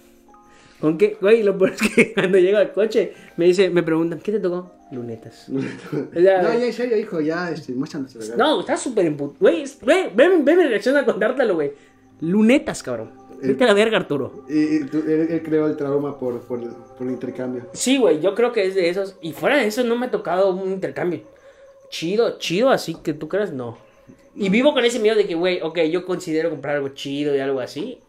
¿Con qué? Güey, lo peor es que cuando llego al coche, me dice, me preguntan, ¿qué te tocó? Lunetas. O sea,
No, ya, ya, ya, hijo, ya, este, muéstranos el regalo.
no, está súper emput... Güey, es- güey, ven, ven mi reacción a contártelo, güey. Lunetas, cabrón. Vete a la verga, Arturo.
Y, y tú- él, él creó el trauma por, por, por el intercambio.
Sí, güey, yo creo que es de esos. Y fuera de eso, no me ha tocado un intercambio. Chido, chido, así que tú creas, no. Y vivo con ese miedo de que, güey, ok, yo considero comprar algo chido y algo así.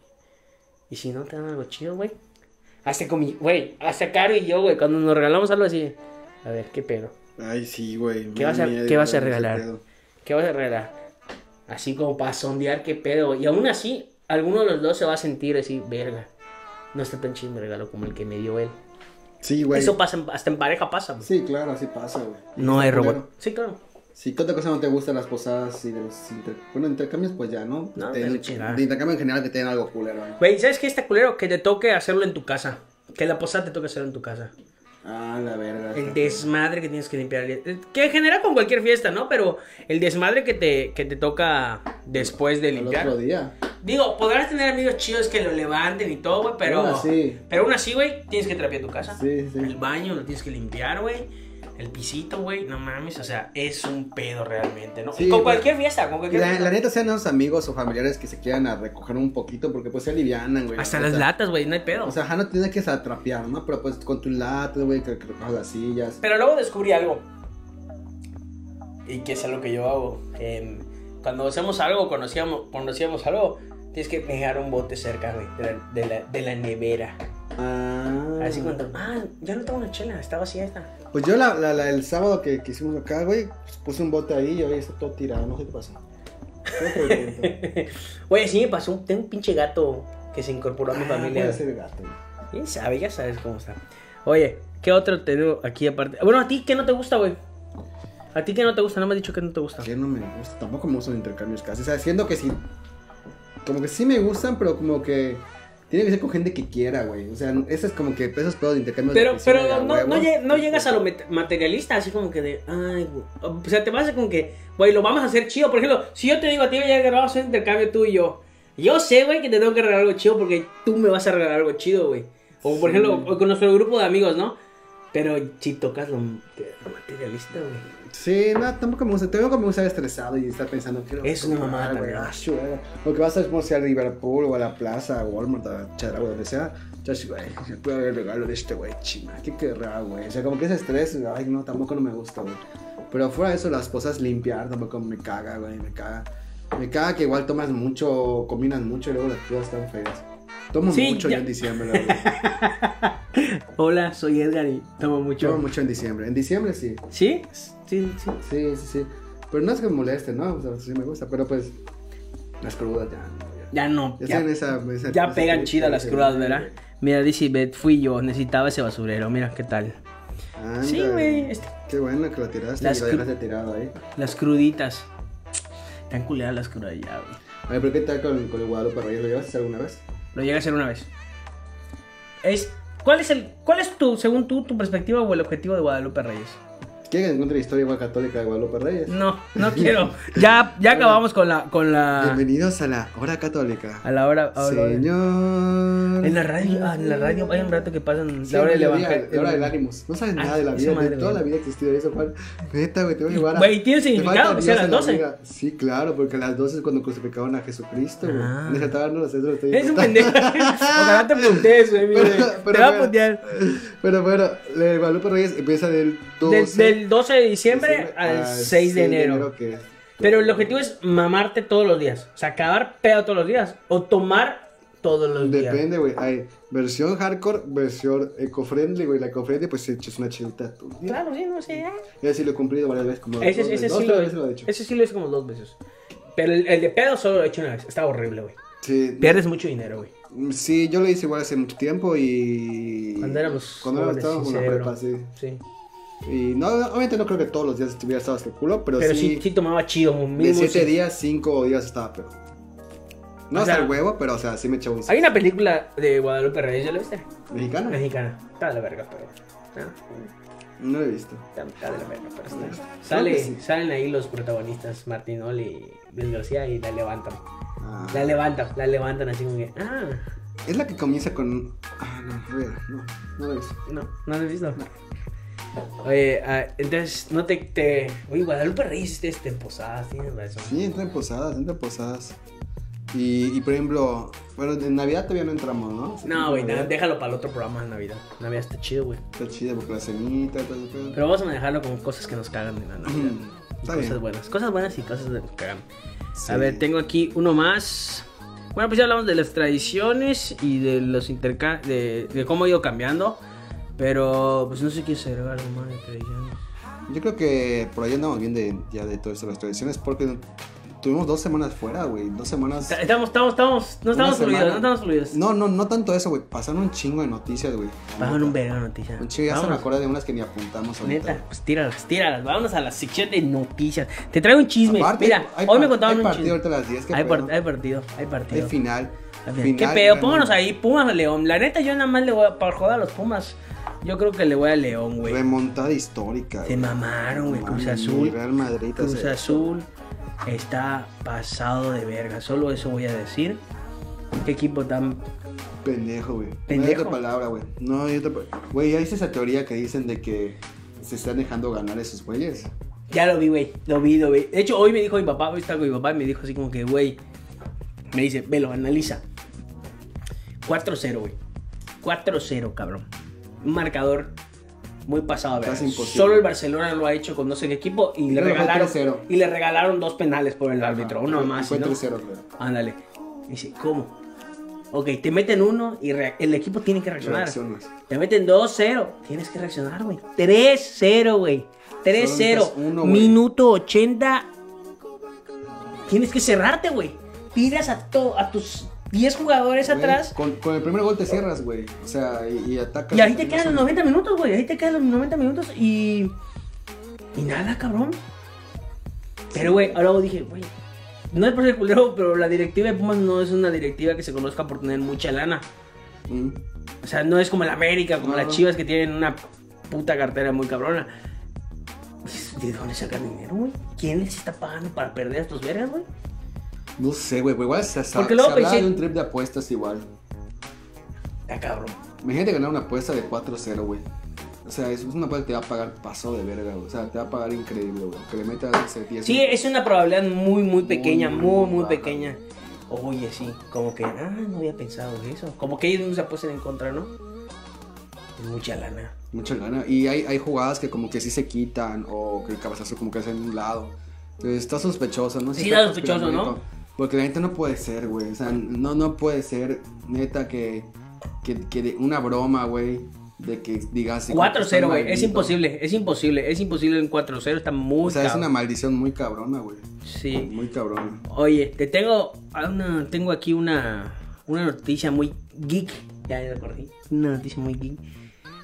Y si no te dan algo chido, güey. Hasta con mi, güey, hasta Caro y yo, güey, cuando nos regalamos algo así. A ver, qué pedo.
Ay, sí, güey.
¿Qué vas a- qué vas a regalar? ¿Qué vas a arreglar? Así como para sondear qué pedo. Y aún así, alguno de los dos se va a sentir así, verga. No está tan chido mi regalo como el que me dio él.
Sí, güey.
Eso pasa, en- hasta en pareja pasa. güey.
Sí, claro, así pasa, güey.
No hay
Está culero.
robot. Sí, claro.
Sí, ¿qué otra cosa no te gustan las posadas y de los inter- bueno, intercambios? Pues ya, ¿no?
No,
Te-
de la chingada.
de intercambio en general que tengan algo culero. ¿eh?
Güey, ¿sabes qué está culero? Que te toque hacerlo en tu casa. Que la posada te toque hacerlo en tu casa.
Ah, la verga.
El desmadre que tienes que limpiar. Que en general con cualquier fiesta, ¿no? Pero el desmadre que te, que te toca después de
El otro
limpiar.
día.
Digo, podrás tener amigos chidos que lo levanten y todo, güey, pero.
Aún así.
Pero aún así, güey, tienes que trapear tu casa.
Sí, sí.
El baño lo tienes que limpiar, güey. El pisito, güey. No mames, o sea, es un pedo realmente, ¿no?
Sí, güey.
con cualquier fiesta, con
Y
cualquier
La,
fiesta.
la neta sean los amigos o familiares que se quieran a recoger un poquito porque pues se alivianan, güey.
Hasta
O
las
sea,
latas, güey, no hay pedo.
O sea, ajá, no tienes que atrapear, ¿no? Pero pues con tus latas, güey, que, que recojas las sillas.
Pero luego descubrí algo. Y que es algo que yo hago. Em, cuando hacemos algo, conocíamos, conocíamos algo, tienes que dejar un bote cerca, güey, de la, de la- de la nevera.
Ah.
Así cuando, ah, ya no tengo una chela, está vacía esta.
Pues yo la, la- la- el sábado que, que hicimos acá, güey, pues, puse un bote ahí y hoy está todo tirado, no sé qué pasó. Creo que el viento.
Oye, sí me pasó, tengo un pinche gato que se incorporó a mi
Ah,
familia.
Puede ser gato, güey.
¿Quién sabe? Ya sabes cómo está. Oye, ¿qué otro te digo aquí aparte? Bueno, ¿a ti qué no te gusta, güey? ¿A ti qué no te gusta? No me has dicho que no te gusta.
Que no me gusta, tampoco me gustan los intercambios casi. O sea, siento que sí. Como que sí me gustan, pero como que. Tiene que ser con gente que quiera, güey. O sea, eso es como que esos pedos de intercambios. de
Pero,
que sí me
pero
da
no,
huevo.
no lle- no llegas a lo met- materialista, así como que de, ay, güey. O sea, te vas con que, güey, lo vamos a hacer chido. Por ejemplo, si yo te digo a ti, ya vamos a hacer un intercambio tú y yo. Yo sé, güey, que te tengo que regalar algo chido porque tú me vas a regalar algo chido, güey. O por
Sí.
ejemplo, o con nuestro grupo de amigos, ¿no? Pero si tocas lo, lo materialista, güey.
Sí, no, tampoco me gusta. Tampoco me gusta estar estresado y estar pensando que.
Es una mamada también.
Ah, sí, güey. O que vas a irse a Liverpool o a la plaza, a Walmart, a Chara, o donde sea. Ya, sí, güey, se puede haber el regalo de este güey, chima. ¿Qué querrá, güey? O sea, como que ese estrés, ay, no, tampoco no me gusta, güey. Pero fuera de eso, las cosas limpiar tampoco me caga, güey, me caga. Me caga que igual tomas mucho, combinas mucho y luego las cosas están feas. Tomo
Sí,
mucho
ya.
yo en diciembre, la verdad.
Hola, soy Edgar y tomo mucho.
Tomo mucho en diciembre. En diciembre sí.
¿Sí? Sí, sí.
Sí, sí, sí. Pero no es que me moleste, ¿no? O sea, sí me gusta, pero pues. Las crudas ya. no, ya.
Ya no.
Ya,
Ya,
están esa, esa-
ya
esa-
pegan chidas las
esa-
crudas, ¿verdad? Mira, dice Bet, fui yo, necesitaba ese basurero, mira qué tal.
Anda,
Sí, güey, este-
Qué bueno que lo tiraste
Las
y lo
cru-
dejaste tirado ahí.
Las cruditas. Tan culeadas las crudas ya, güey.
A ver, pero ¿qué tal con, con el Guadalupe Reyes? ¿Lo llevaste alguna vez?
Lo llegué a hacer una vez. Es, ¿cuál es el, cuál es tu, según tú, tu perspectiva o el objetivo de Guadalupe Reyes?
¿Quieren que encuentre la historia igual católica de Guadalupe Reyes?
No, no quiero. Ya, ya acabamos con la, con la,
Bienvenidos a la hora católica.
a la hora. a la hora-
Señor.
En la radio, ah, en la radio hay un rato que pasan
Sí,
la hora del
la vida-
evangelio.
La hora del ánimos. No sabes
Ah,
nada de la
esa
vida.
madre,
de toda
güey.
la vida ha existido eso, Juan. Neta, güey, te voy a llevar a.
Güey, tiene
Te
significado
falta
que sea a
Dios
las
en la vida.
12.
Sí, claro, porque a las 12 es cuando crucificaron a Jesucristo, güey.
Ah.
En esa tabla no lo sé, eso lo estoy
Es un
inventando.
pendejo. Ojalá te puntees, güey. mire.
Pero- pero
te va a
bueno,
puntear.
Pero bueno, el Guadalupe Reyes empieza del 12
Del, del 12 de diciembre, al 6 de enero.
que es-
Pero el objetivo es mamarte todos los días. O sea, acabar pedo todos los días. O tomar todos los días.
Depende, güey. Hay versión hardcore, versión eco-friendly, güey. La eco-friendly, pues se echas una chelita tú.
Claro, sí, no sé. ah.
Yo sí lo he cumplido varias veces. Como
Ese,
dos,
ese
dos,
sí
tres
lo,
veces he hecho.
ese sí lo hice como dos veces. Pero el, el de pedo solo lo he hecho una vez. Está horrible, güey.
Sí,
Pierdes mucho dinero, güey.
sí, yo lo hice igual hace mucho tiempo y.
Cuando éramos
Cuando
jóvenes,
estábamos
sin
en la
cerebro.
prepa, sí.
Sí.
Y no, obviamente no creo que todos los días estuviera estado hasta el culo, pero,
Pero sí,
Pues sí,
sí tomaba chido. un
de
mínimo
siete
sí.
días, cinco días estaba pero No
O
hasta
sea-
el huevo, pero o sea, sí me echaba un
Hay una película de Guadalupe Reyes, ¿ya la viste?
mexicano.
Mexicana. Está de la verga, pero. ah.
No lo he visto.
Está- está de la verga, pero está-
Creo
Sale-
que sí.
Salen ahí los protagonistas, Martinol y Luis García, y la levantan.
Ah.
La levantan, la levantan así como que. Ah,
Es la que comienza con. Ah, no, a ver, no, no lo he visto.
no, no lo he visto. Oye, ah, entonces, no te. te... Oye, Guadalupe Reyes, este, este posadas, tienes razón.
Sí, entra en posadas, entra en posadas. Y, y por ejemplo, bueno, en Navidad todavía no entramos, ¿no? Sí,
No, güey,
Navidad.
no, déjalo para el otro programa de Navidad. Navidad está chido, güey.
Está chida porque la cenita, todo eso.
Pero vamos a manejarlo con cosas que nos cagan en la Navidad.
Mm,
Y
Está
cosas
bien.
buenas. Cosas buenas y cosas que nos cagan.
Sí.
A ver, tengo aquí uno más. Bueno, pues ya hablamos de las tradiciones y de los interca de, de cómo ha ido cambiando. Pero, pues no sé qué se agregar algo más de tradiciones.
Yo creo que por ahí andamos bien de, ya de todas las tradiciones porque tuvimos dos semanas fuera, güey. Dos semanas.
Ta- Estamos, estamos, estamos, Eh, no estamos
semana.
fluidos, no estamos fluidos.
No, no, no tanto eso, güey. Pasaron un chingo de noticias, güey.
Bajan un verano noticia.
Un chingo, ya se me
Vámonos.
acuerda de unas que ni apuntamos ahorita.
Neta, pues tíralas, tíralas. Vámonos a la sección de noticias. Te traigo un chisme.
Aparte,
Mira,
hay
hoy
par-
me contaban
hay
un
partido
chisme.
ahorita a las 10, qué
Hay,
pedo.
par- hay partido, hay
Hay
partido.
final.
Al final,
Final,
¿Qué pedo?
gran-
Pónganos ahí, Pumas o León. La neta, yo nada más le voy a. Para joder a los Pumas, yo creo que le voy a León, güey.
Remontada histórica. güey.
Se mamaron, güey.
No
Cruz
mames,
Azul.
Real Madrid.
Cruz
hace-
Azul está pasado de verga. Solo eso voy a decir. ¿Qué equipo tan
Pendejo, güey. No hay
Pendejo.
otra palabra, güey. No hay otra pa- Güey, ya viste esa teoría que dicen de que se están dejando ganar esos güeyes.
Ya lo vi, güey. Lo vi, lo vi. De hecho, hoy me dijo mi papá, hoy estaba con mi papá y me dijo así como que, güey. Me dice, velo, analiza. 4-0, güey. 4-0, cabrón. Un marcador muy pasado a ver.
Casi imposible.
Solo el Barcelona lo ha hecho con no sé qué equipo y le
Creo que fue
regalaron.
3-0.
Y le regalaron dos penales por el árbitro. Uno
Fue-
más.
Fue
¿no?
3-0, creo.
Ándale. Dice, ¿cómo? Ok, te meten uno y re- el equipo tiene que reaccionar.
Reacciones.
Te meten 2-0. Tienes que reaccionar, güey. 3-0, güey. 3-0.
Solo necesitas uno, güey.
Minuto 80. Tienes que cerrarte, güey. Tiras a, to- a tus 10 jugadores
Güey,
atrás.
Con, con el primer gol te cierras, güey. O sea, y, y atacas.
Y ahí te
No
quedan
sé.
los 90 minutos, güey. Ahí te quedan los 90 minutos y. Y nada, cabrón. Pero, güey, ahora dije, güey. No es por ser culero, pero la directiva de Pumas no es una directiva que se conozca por tener mucha lana.
Mm.
O sea, no es como el América, como
No.
las chivas que tienen una puta cartera muy cabrona. Dices, ¿De dónde sacan dinero, güey? ¿Quién les está pagando para perder a estos vergas, güey?
No sé, güey. pero Igual se, se,
Porque
se
luego
hablaba
pensé-
de un trip de apuestas igual.
Está cabrón.
Imagínate ganar una apuesta de 4-0, güey. O sea, es una apuesta que te va a pagar paso de verga, güey. O sea, te va a pagar increíble, güey. Que le metas ese 10.
Sí, es una probabilidad muy, muy pequeña,
Muy,
muy,
muy
muy
baja.
pequeña. Oye, sí, como que, ah, no había pensado en eso. Como que ellos mismos se apuestan en contra, ¿no? Es mucha lana.
Mucha gana. Y hay, hay jugadas que como que sí se quitan o que el cabezazo como que hace en un lado. Entonces, está sospechoso, ¿no?
Sí
está
está sospechoso,
conspiranoico.
¿no?
Porque la gente no puede ser, güey. O sea, no, no puede ser, neta, que, que, que de una broma, güey, de que digas... así como que
4-0, güey. Es
maldito.
imposible, es imposible, es imposible en 4-0. Está muy
O sea, es
cabrón.
una maldición muy cabrona, güey.
Sí.
Muy cabrona.
Oye, te tengo a una, tengo aquí una, una noticia muy geek. Ya ya recordé. Una noticia muy geek.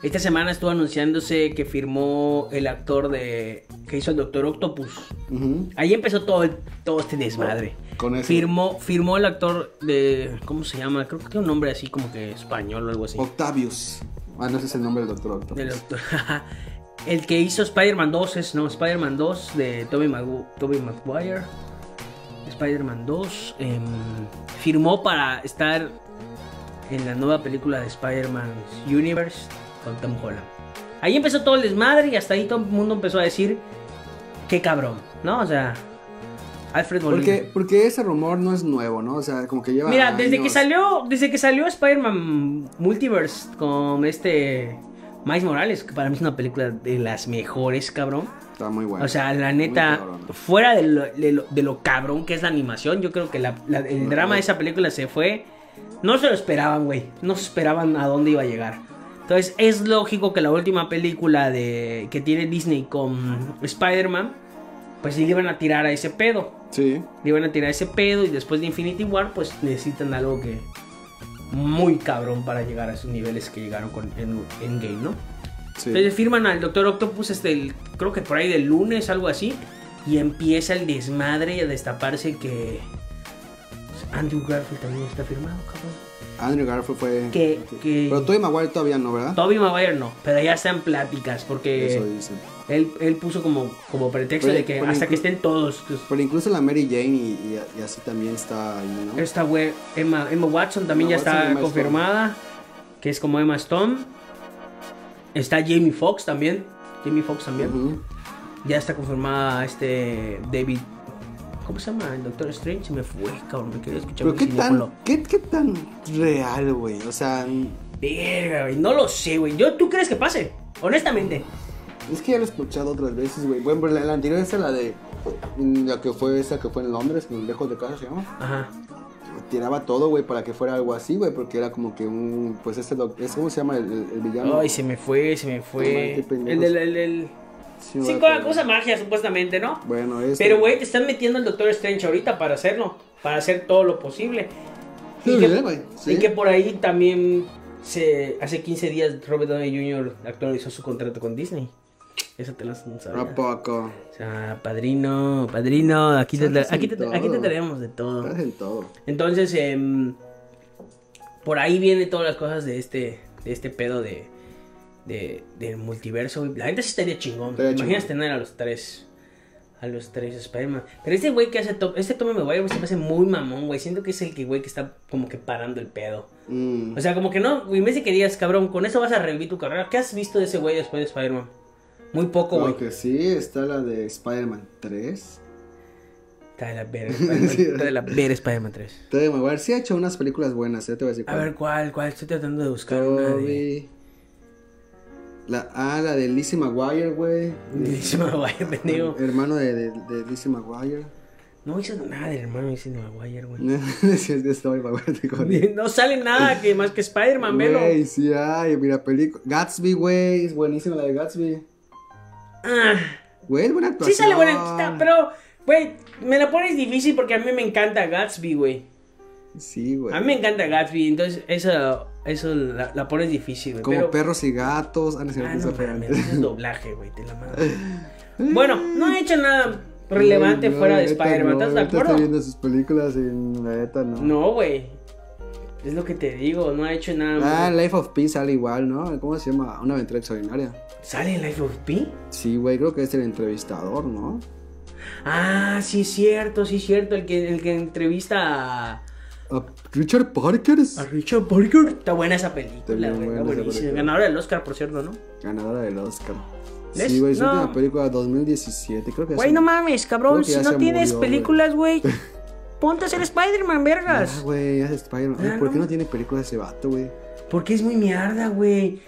Esta semana estuvo anunciándose que firmó el actor de que hizo el Doctor Octopus.
Ujú.
Ahí empezó todo, el- todo este desmadre.
Con eso.
Firmó, firmó el actor de ¿cómo se llama? Creo que tiene un nombre así como que español o algo así.
Octavius. Ah, no, ese es el nombre del doctor Octopus.
Del doctor. el que hizo Spider-Man 2 es, no, Spider-Man 2 de Tobey Magu- Tobey Maguire. Spider-Man 2 em, firmó para estar en la nueva película de Spider-Man Universe con Tom Holland. Ahí empezó todo el desmadre y hasta ahí todo el mundo empezó a decir, qué cabrón, ¿no? O sea, Alfred Molina.
Porque, porque ese rumor no es nuevo, ¿no? O sea, como que lleva
Mira, desde que
años.
salió, desde que salió Spider-Man Multiverse con este Miles Morales, que para mí es una película de las mejores, cabrón.
Está muy bueno.
o sea, la
muy
neta,
cabrona.
fuera de lo, de lo- de lo cabrón que es la animación, yo creo que la- la- el
Ujú.
drama de esa película se fue. No se lo esperaban, güey. No se esperaban a dónde iba a llegar. Entonces, es lógico que la última película de, que tiene Disney con Spider-Man, pues sí le iban a tirar a ese pedo
Sí.
le iban a tirar ese pedo y después de Infinity War pues necesitan algo que muy cabrón para llegar a esos niveles que llegaron con End- Endgame, ¿no?
Sí.
Entonces firman al Doctor Octopus este, el- creo que por ahí del lunes, algo así, y empieza el desmadre y a destaparse que pues, Andrew Garfield también está firmado, cabrón.
Andrew Garfield fue.
Que, que
Pero Tobey Maguire todavía no, ¿verdad?
Tobey Maguire no, pero ya están pláticas
Eso
porque
dicen.
él, él puso como, como pretexto
Pero-
de que
pero
hasta que
inclu-
estén todos, pues,
Pero incluso la Mary Jane y, y- y así también está ahí, ¿no?
Esta güey, Emma, Emma Watson también
Emma
ya
Watson y
está
Emma
confirmada, que es como Emma Stone. Está Jamie Foxx también. Jamie Foxx también.
Ujú.
Ya está confirmada este David. ¿Cómo se llama? El Doctor Strange. Se me fue, cabrón. Me quería escuchar
Pero
un
qué
cinéfilo.
tan, qué, qué tan real, güey. O sea,
Verga, güey. No lo sé, güey. Yo, ¿Tú crees que pase? Honestamente.
es que ya lo he escuchado otras veces, güey. Bueno, pero la, la anterior esa, la de. mm, La que fue esa que fue en Londres, que lejos de casa se llama.
Ajá.
tiraba todo, güey, para que fuera algo así, güey, porque era como que un, pues este, doc- es ¿cómo se llama el, el- el villano?
Ay, se me fue, se me
No manches,
fue.
qué pendejos.
El del. El, el-
Sí, güey,
Cinco
pero-
usa magia, supuestamente, ¿no?
Bueno, este. es.
Pero, güey, te están metiendo el Doctor Strange ahorita para hacerlo, para hacer todo lo posible.
Sí,
y, que,
güey, sí.
y que por ahí también, se, hace 15 días, Robert Downey Jr. actualizó su contrato con Disney. Eso te lo hacen
¿A poco?
O sea, padrino, padrino, aquí te,
Estás en
aquí te, aquí te
todo.
traemos de todo.
Estás en todo.
Entonces, em, por ahí vienen todas las cosas de este, de este pedo de, de- del multiverso. güey. La gente sí estaría chingón.
Estaría
¿Te imaginas
chingón.
tener a los tres. A los tres Spider-Man. Pero este güey que hace top, este Tommy Maguire güey, se me hace muy mamón, güey. Siento que es el que, güey, que está como que parando el pedo.
Mm.
O sea, como que no, güey, me dice que digas, cabrón, con eso vas a revivir tu carrera. ¿Qué has visto de ese güey después de Spider-Man? Muy poco, güey.
Lo que sí está la de Spider-Man 3.
Está de la verga, Spider-Man.
Sí.
Está de la verga Spider-Man 3.
Tobey Maguire sí ha hecho unas películas buenas, ya te voy a decir.
A ver, ¿cuál? ¿Cuál? Estoy tratando de buscar una de...
Toby. La, ah, la de Lizzie Maguire, güey.
de Lizzie Maguire, pendejo.
Hermano de, de, de Lizzie Maguire.
No hizo nada del hermano de Lizzie Maguire, güey.
si es que es Tobey Maguire, te jodí.
No sale nada que más que Spider-Man, velo.
Güey, sí, ay, mira, película. Gatsby, güey, es buenísima la de Gatsby.
Ah,
Güey, es buena
sí
actuación.
sale buena, está- pero, güey, me la pones difícil porque a mí me encanta Gatsby, güey.
Sí, güey.
A mí me encanta Gatsby, entonces eso, eso la, la pones difícil, güey.
Como
pero-
perros y gatos. Ah, no, se me
Ah,
puso
no
feo.
mames, es doblaje, güey, te la mando. Bueno, no ha hecho nada relevante
Güey,
fuera de
neta,
Spider-Man,
Mm, no,
¿estás de
ahorita
acuerdo?
Estoy viendo sus películas y la neta, no.
No, güey. Es lo que te digo, no ha hecho nada.
Ah, Life of Pi sale igual, ¿no? ¿Cómo se llama? Una aventura extraordinaria.
¿Sale en Life of P?
Sí, güey, creo que es el entrevistador, ¿no?
Ah, sí es cierto, sí es cierto. El que, el que entrevista a,
A Ah, Richard Parkers.
a Richard Parker. Está buena esa película,
Está bien
güey.
buena
Está
esa
buenísima.
película.
Ganadora del Oscar, por cierto, ¿no?
Ganadora del Oscar.
¿Ves?
Sí, güey, su
No.
última película 2017, creo que
Güey,
es.
no mames, cabrón.
Creo que
Si
ya
no
se
tienes
murió,
películas, güey, ponte a ser Spider-Man,
Ah,
vergas.
güey, es Spider-Man. Ay,
Ah,
¿Por qué
no.
no tiene películas ese vato, güey?
Porque es muy mierda, güey.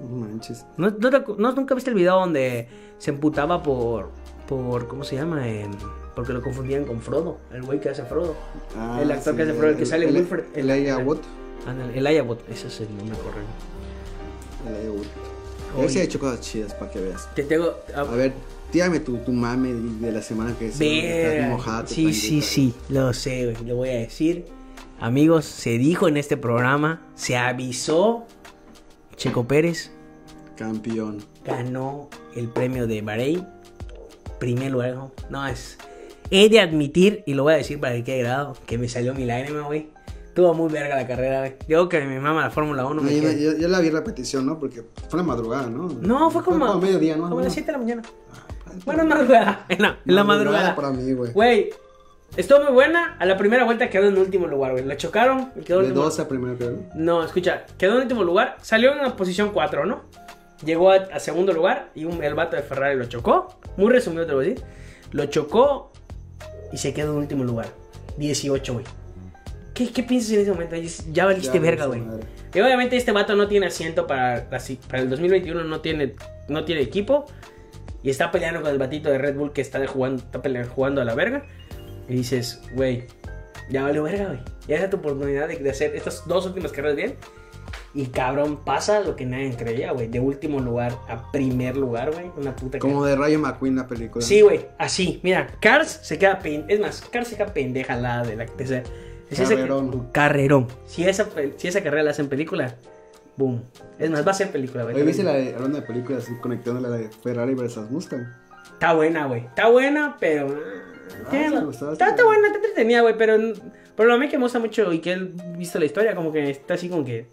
No manches.
¿No, no te acu- no- ¿Nunca viste el video donde se emputaba por. por ¿Cómo se llama? Em, porque lo confundían con Frodo, el güey que hace a Frodo.
Ah,
El actor que hace Frodo, el que sale en Wilfred.
El Aya Watt.
Ándale, el Ayabot, ese es el nombre correcto.
El Aya Watt.
Oye.
Él sí ha hecho cosas chidas para que veas.
Te tengo. ah,
A ver, tírame tu, tu mame de la semana que es.
Verga. Sí, sí, sí, lo sé, güey, lo voy a decir. Amigos, se dijo en este programa, se avisó, Checo Pérez
Campeón.
ganó el premio de Bahrein, primer lugar, ¿no? no es... He de admitir, y lo voy a decir para que quede grado, que me salió mi lágrima, güey. Tuvo muy verga la carrera, güey. Digo que mi mamá la Fórmula 1
No,
me
yo,
queda-
yo- yo la vi repetición, ¿no? Porque fue la madrugada, ¿no?
No, fue como,
a mediodía, ¿no?
como a las
No. Ah,
7 de la mañana.
Ay,
Bueno, en madrugada. En la, en la madrugada.
Para mí, güey.
Güey, estuvo muy buena. A la primera vuelta quedó en último lugar, güey. La chocaron y quedó en
De
último
12 a primero, creo. ¿no?
No, escucha, quedó en último lugar. Salió en la posición 4, ¿no? Llegó a, a segundo lugar y un, el vato de Ferrari lo chocó. Muy resumido te lo voy a decir. Lo chocó y se quedó en último lugar. 18, güey. ¿Qué, qué piensas en ese momento? Dices, Ya valiste
Ya,
verga,
esa
güey.
madre.
Y obviamente este vato no tiene asiento para, la si- para el 2021, no tiene, no tiene equipo. Y está peleando con el batito de Red Bull que está jugando, está peleando, jugando a la verga. Y dices, güey, ya vale verga, güey. Ya esa es tu oportunidad de, de hacer estas dos últimas carreras bien. Y cabrón, pasa lo que nadie creía, güey. De último lugar a primer lugar, güey. Una puta
Como de Rayo McQueen la película.
Sí, güey, así. Mira, Cars se queda pendeja. Es más, Cars se queda pendeja al lado de la de esa- si esa-
Carrerón.
carrerón. Si esa, pel- si esa carrera la hacen película, boom. Es más, va a ser película, güey.
Hoy viste la de, hablando de películas, conectando la de Ferrari versus Mustang.
Está buena, güey. Está buena, pero.
Ah,
Ya
sí,
no.
me gustó,
está,
sí.
está buena, está entretenida, güey. Pero, pero a mí que me gusta mucho y que él visto la historia, como que está así como que.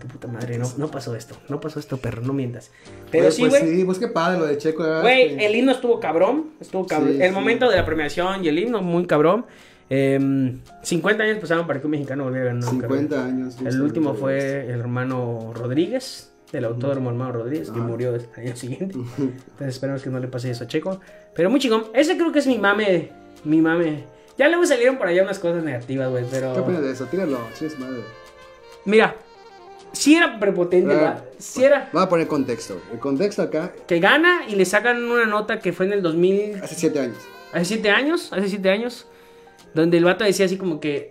Tu puta madre, no, no pasó esto. No pasó esto, perro, no mientas. Pero
Güey,
sí,
pues
güey.
Sí, pues qué padre lo de Checo. la verdad Este, es
Güey,
que-
el himno estuvo cabrón. Estuvo cabrón.
Sí,
el
sí.
momento de la premiación y el himno, muy cabrón. Em, 50 años pasaron para que un mexicano volviera a ganar. una carrera.
50 años. este,
El último fue el hermano Rodríguez, del autódromo hermano Rodríguez, que
Ajá.
murió el año siguiente. Entonces esperemos que no le pase eso a Checo. Pero muy chingón. Ese creo que es mi mame. Mi mame. Ya luego salieron por allá unas cosas negativas, güey. Pero.
¿Qué opinas de eso? Tíralo, chis madre.
Mira, si era prepotente,
Ah.
va. Si era.
Voy a poner contexto. güey. El contexto acá,
Que gana y le sacan una nota que fue en el 2000.
hace 7 años.
hace siete años, hace siete años, donde el vato decía así como que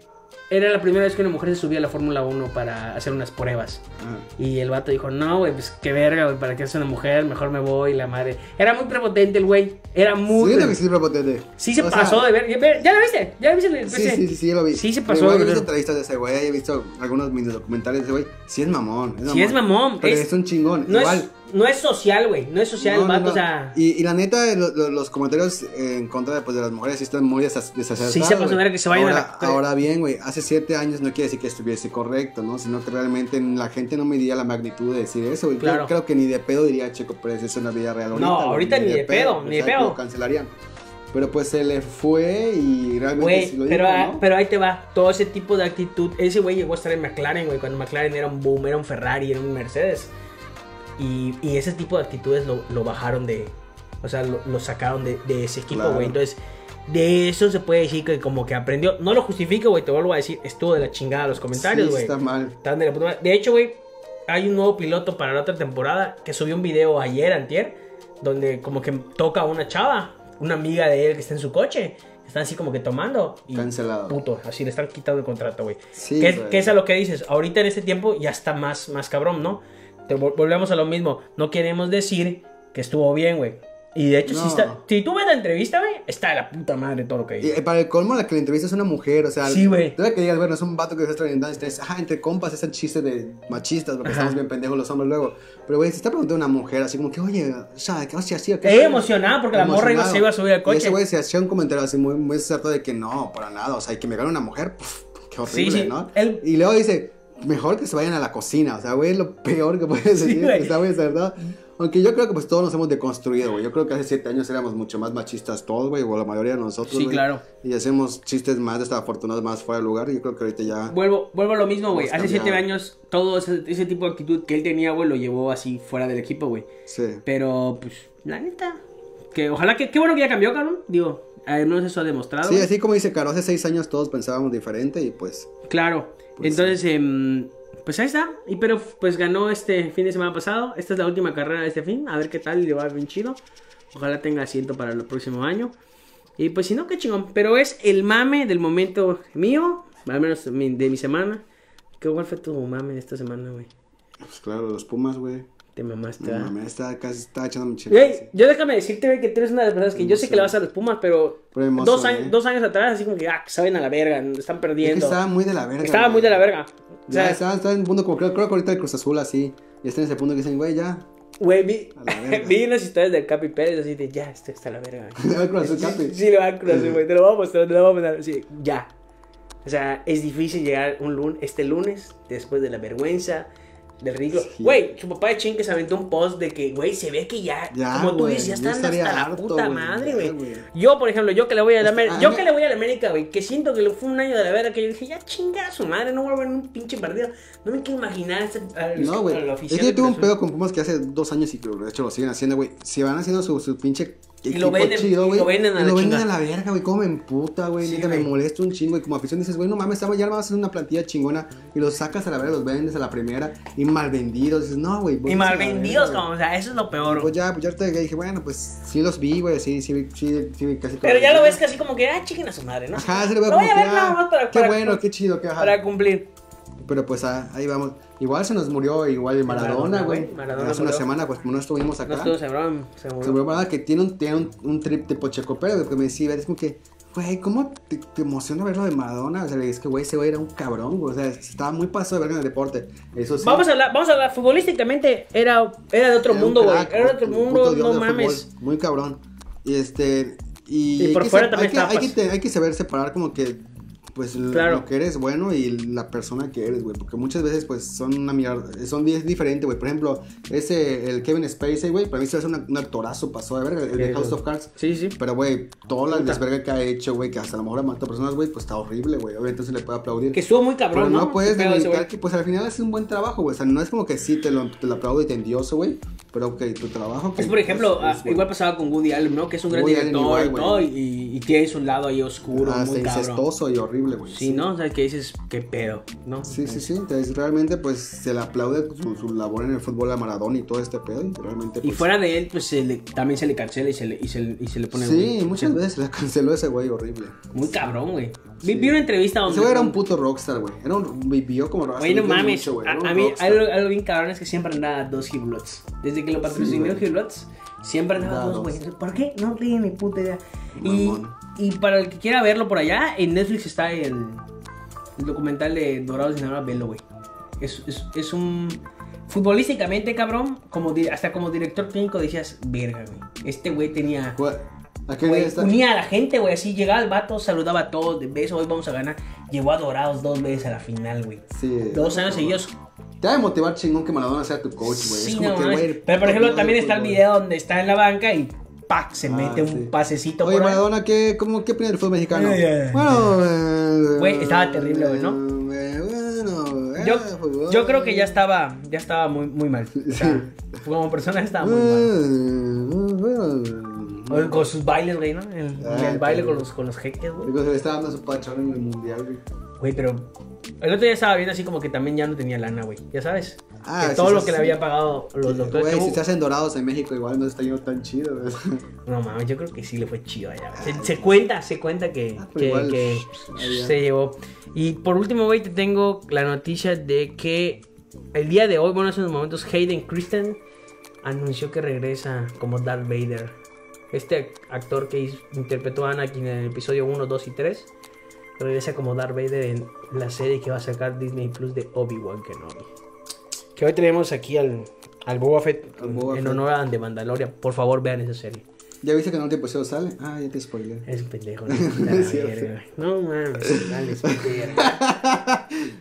era la primera vez que una mujer se subía a la Fórmula 1 para hacer unas pruebas.
Ah,
Y el vato dijo, no, güey, pues qué verga, güey, para qué es una mujer, mejor me voy, la madre. Era muy prepotente el güey, era muy...
siento que sí, prepotente.
Sí se
O sea,
pasó de ver, ver- ya la viste, ya la viste. la-
Sí, sí, sí, sí, lo vi.
Sí se
Pero
pasó,
igual He
güey.
visto entrevistas de ese güey, he visto algunos mini documentales de ese güey. Sí es mamón. Es mamón.
Sí es mamón,
Pero
es-
es, un chingón.
No,
igual.
es, no es social, güey, no es social
No,
el
no,
vato,
no.
o sea...
Y, y la neta, lo- lo- los comentarios eh, en contra de, pues, de las mujeres sí están muy desas- desacertados.
Sí se pasó
güey.
verga que se vayan a
ahora,
la-
Ahora bien, güey, hace siete años no quiere decir que estuviese correcto, ¿no? Sino que realmente la gente no medía la magnitud de decir eso, güey. Yo
Claro.
creo que ni de pedo diría Checo Pérez eso en la vida real.
No,
Ahorita, güey,
ahorita ni de pedo, ni de
O sea,
pedo.
Lo cancelarían. Pero pues se le fue y realmente
Güey,
sí lo
pero,
dijo,
ah,
¿no?
pero ahí te va, todo ese tipo de actitud. Ese güey llegó a estar en McLaren, güey, cuando McLaren era un boom, era un Ferrari, era un Mercedes. Y, y ese tipo de actitudes lo, lo bajaron de. O sea, lo, lo sacaron de, de ese equipo, güey.
Claro.
Entonces, de eso se puede decir que como que aprendió. No lo justifico, güey, te vuelvo a decir, estuvo de la chingada los comentarios,
Sí,
güey.
está mal.
Están de la puta madre. De hecho, güey, hay un nuevo piloto para la otra temporada que subió un video ayer, antier, donde como que toca a una chava, una amiga de él que está en su coche. Están así como que tomando. Y
Cancelado.
Puto, así le están quitando el contrato, güey.
Sí,
que,
güey.
que es a lo que dices. Ahorita en este tiempo ya está más, más cabrón, ¿no? Te vol- volvemos a lo mismo. No queremos decir que estuvo bien, güey. Y de hecho, si,
No.
está, si tú ves la entrevista, güey, está de la puta madre todo lo que
Y
dice.
eh, para el colmo, la que le entrevista es una mujer, o sea,
Sí, güey.
tú la que digas, bueno, es un vato que se está orientando, y ustedes, ah, entre compas, ese chiste de machistas, porque
Ajá.
estamos bien pendejos los hombres luego. Pero, güey, se está preguntando a una mujer, así como que, oye, o sea, ¿qué hostia, sí, o qué
Ella
sea?"
emocionada porque la morra iba,
Emocionado.
se iba a subir al
Y
coche.
ese güey se hacía un comentario así muy, muy cierto de que no, para nada, o sea, y que me gane una mujer, puf, qué horrible,
Sí, sí,
¿no?
él-
Y luego dice, mejor que se vayan a la cocina, o sea, güey, es lo peor que puedes decir,
güey.
está muy acertado. Aunque yo creo que pues todos nos hemos deconstruido, güey. Yo creo que hace siete años éramos mucho más machistas todos, güey, o la mayoría de nosotros.
Sí,
güey.
claro.
Y hacemos chistes más desafortunados, más fuera de lugar. y Yo creo que ahorita ya.
Vuelvo, vuelvo a lo mismo, güey.
Hemos
Hace siete
cambiado.
años, todo ese, ese tipo de actitud que él tenía, güey, lo llevó así fuera del equipo, güey.
Sí.
Pero, pues, la neta. Que ojalá que. Qué bueno que ya cambió, cabrón. Digo, al menos eso ha demostrado.
Sí,
güey.
así como dice Caro, hace seis años todos pensábamos diferente y pues.
Claro.
Pues
Entonces, em, pues ahí está. Y pero, pues ganó este fin de semana pasado. Esta es la última carrera de este fin. A ver qué tal. Le va bien chido. Ojalá tenga asiento para el próximo año. Y pues si no, qué chingón. Pero es el mame del momento mío. Al menos de mi, de mi semana. ¿Qué cuál fue tu mame de esta semana, güey?
Pues claro, los Pumas, güey.
Te mamaste,
No
¿verdad?
mames, está casi está echando mi
Güey,
chile.
yo déjame decirte, güey, que tú eres una de las personas que yo sé que le vas a los Pumas, pero
Pero emoción,
dos, años,
¿eh?
dos años atrás, así como que, ah, que saben a la verga, están
Es que
perdiendo.
estaba muy de la verga.
Estaba
güey.
muy de la verga. O
Ya
sea,
estaba, estaba en un punto como creo, creo que ahorita el Cruz Azul así. Y está en ese punto que dicen, güey, ya.
güey, vi,
A la verga.
vi unas historias del Capi Pérez así de, ya, esto está a la verga. güey".
El Cruz Azul
Sí,
Capi.
sí, le va a cruzar, güey, te lo voy a mostrar, te lo voy a mandar, así, ya. O sea, es difícil llegar un lunes, este lunes, después de la vergüenza, del ridículo.
Sí.
Güey, su papá de Chin que se aventó un post de que, güey, se ve que ya,
Ya,
como tú
güey,
dices, ya
yo
están
estaría
hasta la
harto,
puta
güey,
madre,
ya,
güey. Yo, por ejemplo, yo que le voy a la América,
Hasta-
yo
ah,
que le voy a la América, güey, que siento que fue un año de la verga que yo dije, ya chinga a su madre, no voy a ver un pinche partido. No me quiero imaginar este, a los-
No, güey.
a la
Es
oficial
que yo
de
tuve un
Cruz Azul.
pedo con Pumas que hace dos años y que de hecho lo siguen haciendo, güey. Se van haciendo su, su pinche
Y
equipo
lo venden-
chido,
y
güey.
lo venden a
y
la
lo venden
chingada.
a la verga, güey. Cómo me emputa, güey.
Sí,
Neta, me
güey.
molesta un chingo. Y como afición dices, güey, no mames, estaba ya vamos a hacer una plantilla chingona. Y los sacas a la verga, los vendes a la primera. Y mal vendidos. Dices, no, güey.
Y
volvés a
mal
la verga,
vendidos,
güey.
como, o sea, eso es lo peor.
Pues
güey.
ya, pues ya te dije, bueno, pues sí los vi, güey. Sí, sí, vi- sí, sí, vi casi todo.
Pero ya lo ves casi como que, ah, chinguen a su madre, ¿no?
Ajá, se le ve
Lo
como
voy a
que,
ver nada
ah,
más para,
Qué
para-
bueno, qué chido, qué ajá.
para cumplir.
Pero pues ah, ahí vamos. Igual se nos murió igual el
Maradona,
Maradona, güey.
güey. Maradona
Hace una
murió.
semana, pues como no estuvimos
No
acá.
estuvo seguro, seguro.
Se murió Maradona que tiene un, tiene un, un trip tipo Checo Pérez, güey, que me decía, es como que, güey, ¿cómo te, te emociona ver lo de Maradona? O sea, es que, güey, ese güey era un cabrón, güey. O sea, estaba muy pasado de verga en el deporte. Eso sí.
Vamos a hablar, vamos a hablar, futbolísticamente era, era de otro
Era un
mundo, güey.
crack,
Era de otro
un puto
mundo,
dios
no
del
mames.
fútbol, muy cabrón. Y este. Y,
Y
hay
por
que
fuera
sab-
también
hay que, hay, que
tapas.
te- hay que saber separar como que. Pues l-
Claro.
lo que eres bueno y la persona que eres, güey. Porque muchas veces, pues, son una mierda. Son 10 diferentes, güey. Por ejemplo, ese, el Kevin Spacey, güey. Para mí se hace un actorazo, pasó de verga. El de
Sí,
House
güey.
of Cards.
Sí, sí.
Pero, güey, toda la
Puta.
desverga que ha hecho, güey, que hasta a lo mejor ha matado personas, güey, pues está horrible, güey. Obviamente se le puede aplaudir.
Que estuvo muy
Pero
cabrón,
no,
¿no?
puedes
Ese pedo de ese
demeritar
güey.
que, pues al final haces un buen trabajo, güey. O sea, no es como que sí te lo, te lo aplaudo y te endioso, güey. Pero que tu trabajo. Que,
Pues, por ejemplo,
pues,
ah,
es bueno.
igual pasaba con Woody Allen, ¿no? Que es un gran
Woody Allen
director
igual,
y
güey.
todo, y, y tiene su lado ahí oscuro,
Hasta
muy cabrón.
incestuoso Ah, y horrible. horrible, güey.
Sí, ¿no? O sea, que dices, qué pedo, ¿no?
Sí, sí, sí. Entonces, realmente, pues se le aplaude su, su labor en el fútbol a Maradona y todo este pedo. Y realmente,
Y
pues,
fuera de él, pues se le- también se le cancela y se le, y se le- y se le pone...
Sí,
muy-
muchas veces la canceló ese güey horrible.
Muy cabrón, güey. Vi, vi una entrevista donde...
Ese güey era un puto rockstar, güey. Era un. Vivió como rockstar.
Güey, no
vivió
mames.
mucho, güey.
a,
Era un
a mí,
rockstar.
algo, algo bien cabrón es que siempre andaba dos Hiblots. Desde que lo patrocinó
güey.
Hiblots, siempre andaba
Andaba
dos,
dos.
güey. ¿Por qué? No tiene ni puta idea. Y,
Mamón.
y para el que quiera verlo por allá, en Netflix está el, el documental de Dorados de Sinaloa, velo, güey. Es, es, es un. Futbolísticamente, cabrón, como di- hasta como director técnico decías, verga, güey. Este güey tenía.
Güey, ¿A qué
Güey,
nivel está?
unía a la gente, güey. Así llegaba el vato, saludaba a todos de beso, hoy vamos a ganar. Llegó a Dorados dos veces a la final, güey.
Sí.
Dos años seguidos.
Te debe motivar chingón que Maradona sea tu coach, güey.
Sí,
es como
no
que,
mames.
güey.
Pero por ejemplo,
puto
también
de
está el
fútbol.
video donde está en la banca y ¡pac! se
Ah,
mete
sí.
un pasecito
Oye,
por ahí.
Maradona, ¿qué, cómo, ¿qué opina del fútbol mexicano?
Ya, ya, ya.
Bueno, eh,
Güey, estaba terrible, güey, ¿no?
eh, Bueno, eh,
Yo,
fútbol.
yo creo que ya estaba, ya estaba muy, muy mal. O sea, como persona estaba
Ah,
muy mal.
Eh, bueno.
O Con sus bailes, güey, ¿no? El,
Ah,
el baile
claro.
con los, con los jeques, güey.
eh, Digo, se le está dando su pachón en el mundial, güey.
Güey, pero el otro día estaba viendo así como que también ya no tenía lana, güey. Ya sabes.
Ah,
que
sí,
todo
sí,
lo que le
sí.
había pagado los doctores.
Güey,
que-
si se hacen dorados en México, igual no se está yendo tan chido, güey.
No mames, yo creo que sí le fue chido allá. güey. Se, se cuenta, se cuenta que,
Ah, pero
que,
igual,
que
allá.
se llevó. Y por último, güey, te tengo la noticia de que el día de hoy, bueno, hace unos momentos, Hayden Christen anunció que regresa como Darth Vader. Este actor que hizo- interpretó a Anakin en el episodio 1, 2 y 3 regresa como Darth Vader en la serie que va a sacar Disney Plus de Obi-Wan Kenobi. Que hoy tenemos aquí al, al Boba Fett
Al Boba
en
Fett.
honor a The Mandalorian. Por favor, vean esa serie.
¿Ya viste que en el último episodio sale? Ah, ya te spoilé.
Es un pendejo. No, La
es cierto.
verga. no mames, dale, es pendejo.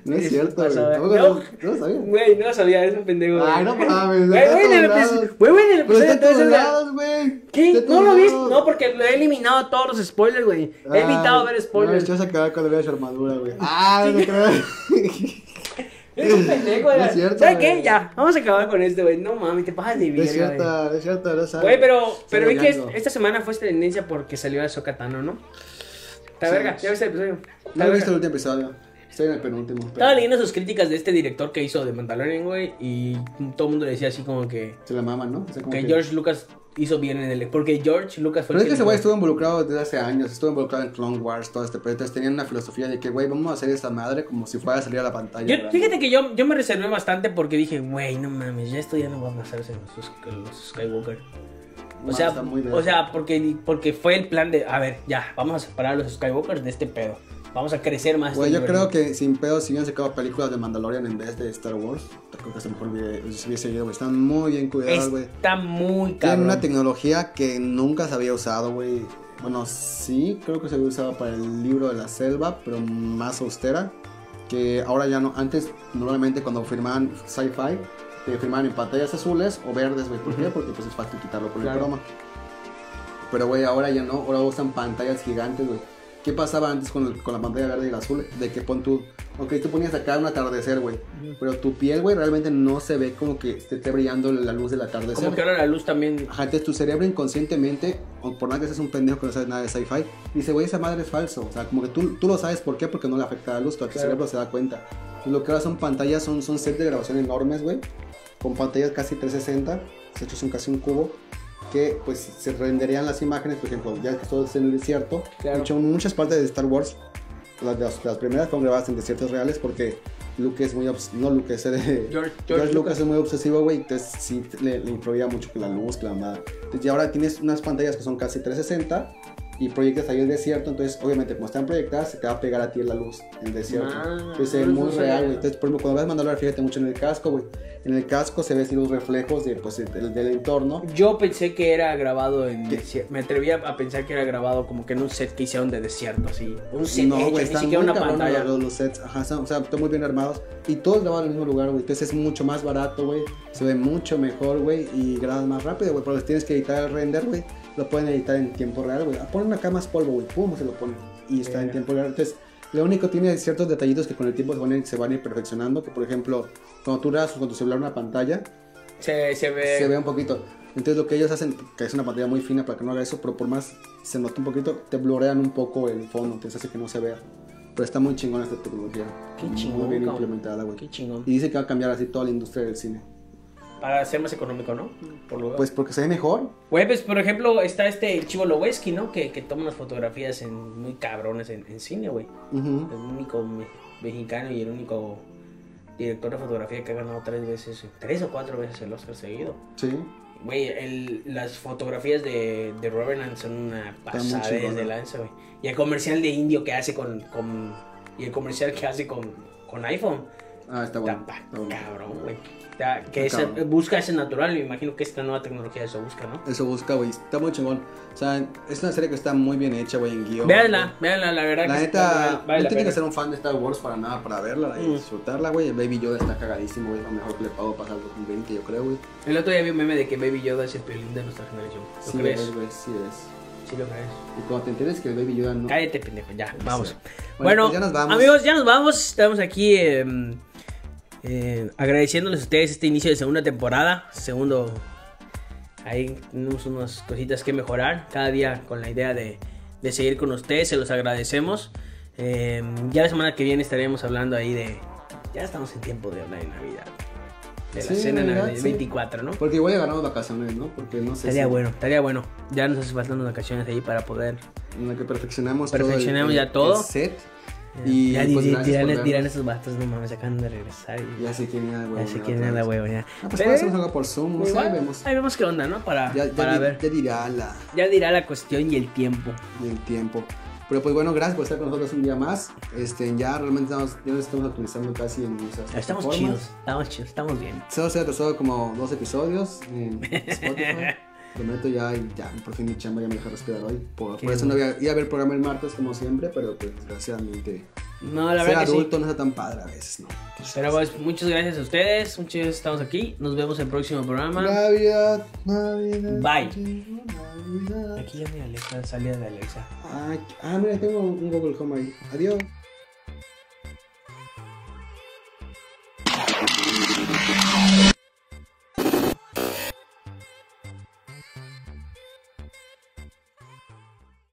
No es cierto, güey.
Vas a ver.
Tampoco
No.
lo- No lo sabía.
Güey, no sabía, es un pendejo.
Ay, no mames.
Güey,
está
güey, en el
a todos
episodio-
lados.
güey, güey, en el
Pero
episodio
está a
entonces
todos
la-
lados, güey. Está
¿Qué?
a
¿No
todos
lo viste?
lados. Ah,
No, porque lo he eliminado todos los spoilers, güey. He evitado ver spoilers.
Yo se quedaba cuando veía su armadura, güey. Ah, no creo.
Es un pendejo,
No es
güey.
cierto,
¿Sabes
güey.
qué? Ya, vamos a acabar con esto, güey. No mames, te pasas de
No es
vida, güey.
cierto, no es cierto, no sabe.
Güey, pero, pero vi
Sigue
que es-
hablando.
esta semana fue esta tendencia porque salió de Socatano, ¿no? Está
Sí.
verga, ya viste el episodio. Está
No he
verga.
visto el último episodio. Estoy en el penúltimo. pero
Estaba leyendo sus críticas de este director que hizo de Mandalorian, güey, y todo el mundo le decía así como que,
Se la maman, ¿no? O sea, como
que
que-
George Lucas hizo bien en el... Porque George Lucas fue
Pero
el
es que ese
le-
güey estuvo involucrado desde hace años, estuvo involucrado en Clone Wars, todo este pedo. Entonces tenían una filosofía de que, güey, vamos a hacer esa madre como si fuera a salir a la pantalla.
Yo,
grande.
fíjate que yo, yo me reservé bastante porque dije, güey, no mames, ya esto ya no va a pasarse en los, los Skywalker. O
No,
sea,
está muy de-
o sea porque, porque fue el plan de, a ver, ya, vamos a separar a los Skywalkers de este pedo. Vamos a crecer más.
Güey,
este
yo creo que sin pedo, si hubieran sacado películas de Mandalorian en vez de Star Wars, creo que a lo mejor hubiera- se hubiese ido, güey. Están muy bien cuidadas, güey.
Está muy
Tienen
cabrón.
una tecnología que nunca se había usado, güey. Bueno, sí, creo que se había usado para el libro de la selva, pero más austera. Que ahora ya no. Antes, normalmente cuando firmaban sci-fi, te firmaban en pantallas azules o verdes, güey. ¿Por qué? Porque pues es fácil quitarlo por
Claro.
el croma. Pero, güey, ahora ya no. Ahora usan pantallas gigantes, güey. ¿Qué pasaba antes con, el- con la pantalla verde y la azul? De que pon tú. Ok, tú ponías acá un atardecer, güey. Pero tu piel, güey, realmente no se ve como que te esté brillando la luz del atardecer.
Como que ahora la luz también...
Ajá, entonces tu cerebro inconscientemente, o por nada que seas un pendejo que no sabes nada de sci-fi, dice, güey, esa madre es falso. O sea, como que tú, tú lo sabes por qué, porque no le afecta la luz, pero tu
Claro.
cerebro se da cuenta. Entonces, lo que ahora son pantallas, son, son sets de grabación enormes, güey, con pantallas casi 360, se hecho son casi un cubo, que pues se renderían las imágenes, por ejemplo, ya que todo es en el desierto.
Claro.
De hecho, muchas partes de Star Wars, las, las, las primeras fueron grabadas en desiertos reales porque Luke es muy... obs- No, Luke es... eh,
George, George
George Lucas es muy obsesivo, güey, entonces sí le, le influía mucho con la luz, con la nada. Entonces, y ahora tienes unas pantallas que son casi 360 y proyectas ahí el desierto, entonces obviamente como están proyectadas se te va a pegar a ti la luz en el desierto.
Ah,
entonces se ve
eso
muy
no
real,
sabía.
güey. Entonces, por ejemplo, cuando ves Mandalorian, fíjate mucho en el casco, güey. En el casco se ven así los reflejos de, pues, del, del entorno.
Yo pensé que era grabado en
¿Qué?
desier- Me atreví a, a pensar que era grabado como que en un set que hicieron de desierto, así. Un set
No,
hecho,
güey,
ni
están
siquiera
muy
una
cabrones
pantalla.
Los, los sets, ajá, están- o sea, están muy bien armados y todos graban en el mismo lugar, güey. Entonces es mucho más barato, güey. Se ve mucho mejor, güey, y graban más rápido, güey. Pero les tienes que editar el render, güey. Lo pueden editar en tiempo real, güey. Ah, Ponen acá más polvo, güey. Pum, se lo ponen y está en
Eh.
tiempo real. Entonces, lo único tiene ciertos detallitos que con el tiempo se van a ir, se van a ir perfeccionando. Que por ejemplo, cuando tú grabas con tu celular una pantalla,
Se, se ve.
se vea un poquito. Entonces lo que ellos hacen, que es una pantalla muy fina para que no haga eso, pero por más se nota un poquito, te blurrean un poco el fondo, entonces hace que no se vea. Pero está muy chingón esta tecnología.
Qué chingón,
Muy bien
cabrón.
implementada, güey.
Qué chingón.
Y dice que va a cambiar así toda la industria del cine.
Para ser más económico, ¿no? Por lugar.
Pues porque se ve mejor.
Güey, pues por ejemplo, está este el Chivo Loweski, ¿no? Que, que toma unas fotografías en, muy cabrones en, en cine, güey.
Ujú.
El único me- mexicano y el único director de fotografía que ha ganado tres veces, tres o cuatro veces el Oscar seguido.
Sí.
Güey, el- las fotografías de, de Revenant son una pasada
chingona.
de lanza, güey. Y el comercial de indio que hace con. con y el comercial que hace con, con iPhone.
Ah, está bueno.
Está pa-
está bueno.
cabrón, güey. Está- Que
Está
esa-
cabrón.
busca ese natural, me imagino que esta nueva tecnología eso busca, ¿no?
Eso busca, güey. Está muy chingón. O sea, es una serie que está muy bien hecha, güey, en guión.
Véanla, véanla, la verdad
La
que sí está-
neta, no
vale
tiene
la
que
pena.
ser un fan de Star Wars para nada, para verla y
Mm.
disfrutarla, güey. El Baby Yoda está cagadísimo, güey. Es lo mejor que le puedo pasar al 2020, yo creo, güey.
El otro día vi un meme de que Baby Yoda es el piolín de nuestra generación. ¿Lo
Sí
crees?
es, güey, sí es.
Sí lo crees.
Y cuando te enteres que el Baby Yoda no...
Cállate, pendejo, ya, vamos.
Sí.
Bueno,
pues ya nos vamos.
amigos, ya nos vamos. Estamos aquí eh, eh, agradeciéndoles a ustedes este inicio de segunda temporada. Segundo, ahí tenemos unas cositas que mejorar. Cada día con la idea de, de seguir con ustedes, se los agradecemos. Eh, ya la semana que viene estaremos hablando ahí de. Ya estamos en tiempo de hablar de Navidad. De la
Sí,
cena
Navidad,
navideña,
sí. Pues
24, ¿no?
Porque igual ya ganamos vacaciones, ¿no? Porque no sé
Estaría
si-
bueno, estaría bueno. Ya nos hace falta unas vacaciones ahí para poder.
En la que perfeccionamos,
Perfeccionamos
todo el-
ya todo.
el set. Y
ya
pues,
di- di-
gracias por
dirán,
vernos.
dirán esos vatos, no mames, acaban de regresar. y-
Ya sé quién era, güey.
Ya sé quién es la huevona.
Ah, pues
Pero
puede hacemos algo por Zoom, no sé,
igual,
vemos.
Ahí vemos qué onda, ¿no? Para,
Ya, ya
para
di-
ver.
ya dirá la,
Ya dirá la cuestión y el tiempo.
el tiempo. Pero pues bueno, gracias por estar con nosotros un día más. Este, ya realmente estamos, ya nos estamos actualizando casi en nuestras
Estamos
plataformas.
chidos, estamos chidos, estamos bien.
Solo se ha atrasado como dos episodios en Spotify. Prometo ya, ya, por fin mi chamba ya me dejó respirar hoy. Por,
Qué
por eso no había, iba a ver el programa el martes como siempre, pero pues desgraciadamente
No, la
ser
verdad que sí.
adulto no está tan padre a veces, ¿no?
Pero pues, muchas gracias a ustedes, muchas gracias, estamos aquí. Nos vemos en el próximo programa.
Navidad, Navidad.
Bye.
llegó Navidad.
Aquí ya mi Alexa, salida de Alexa.
Ah, ah, mira, tengo un Google Home ahí. Adiós.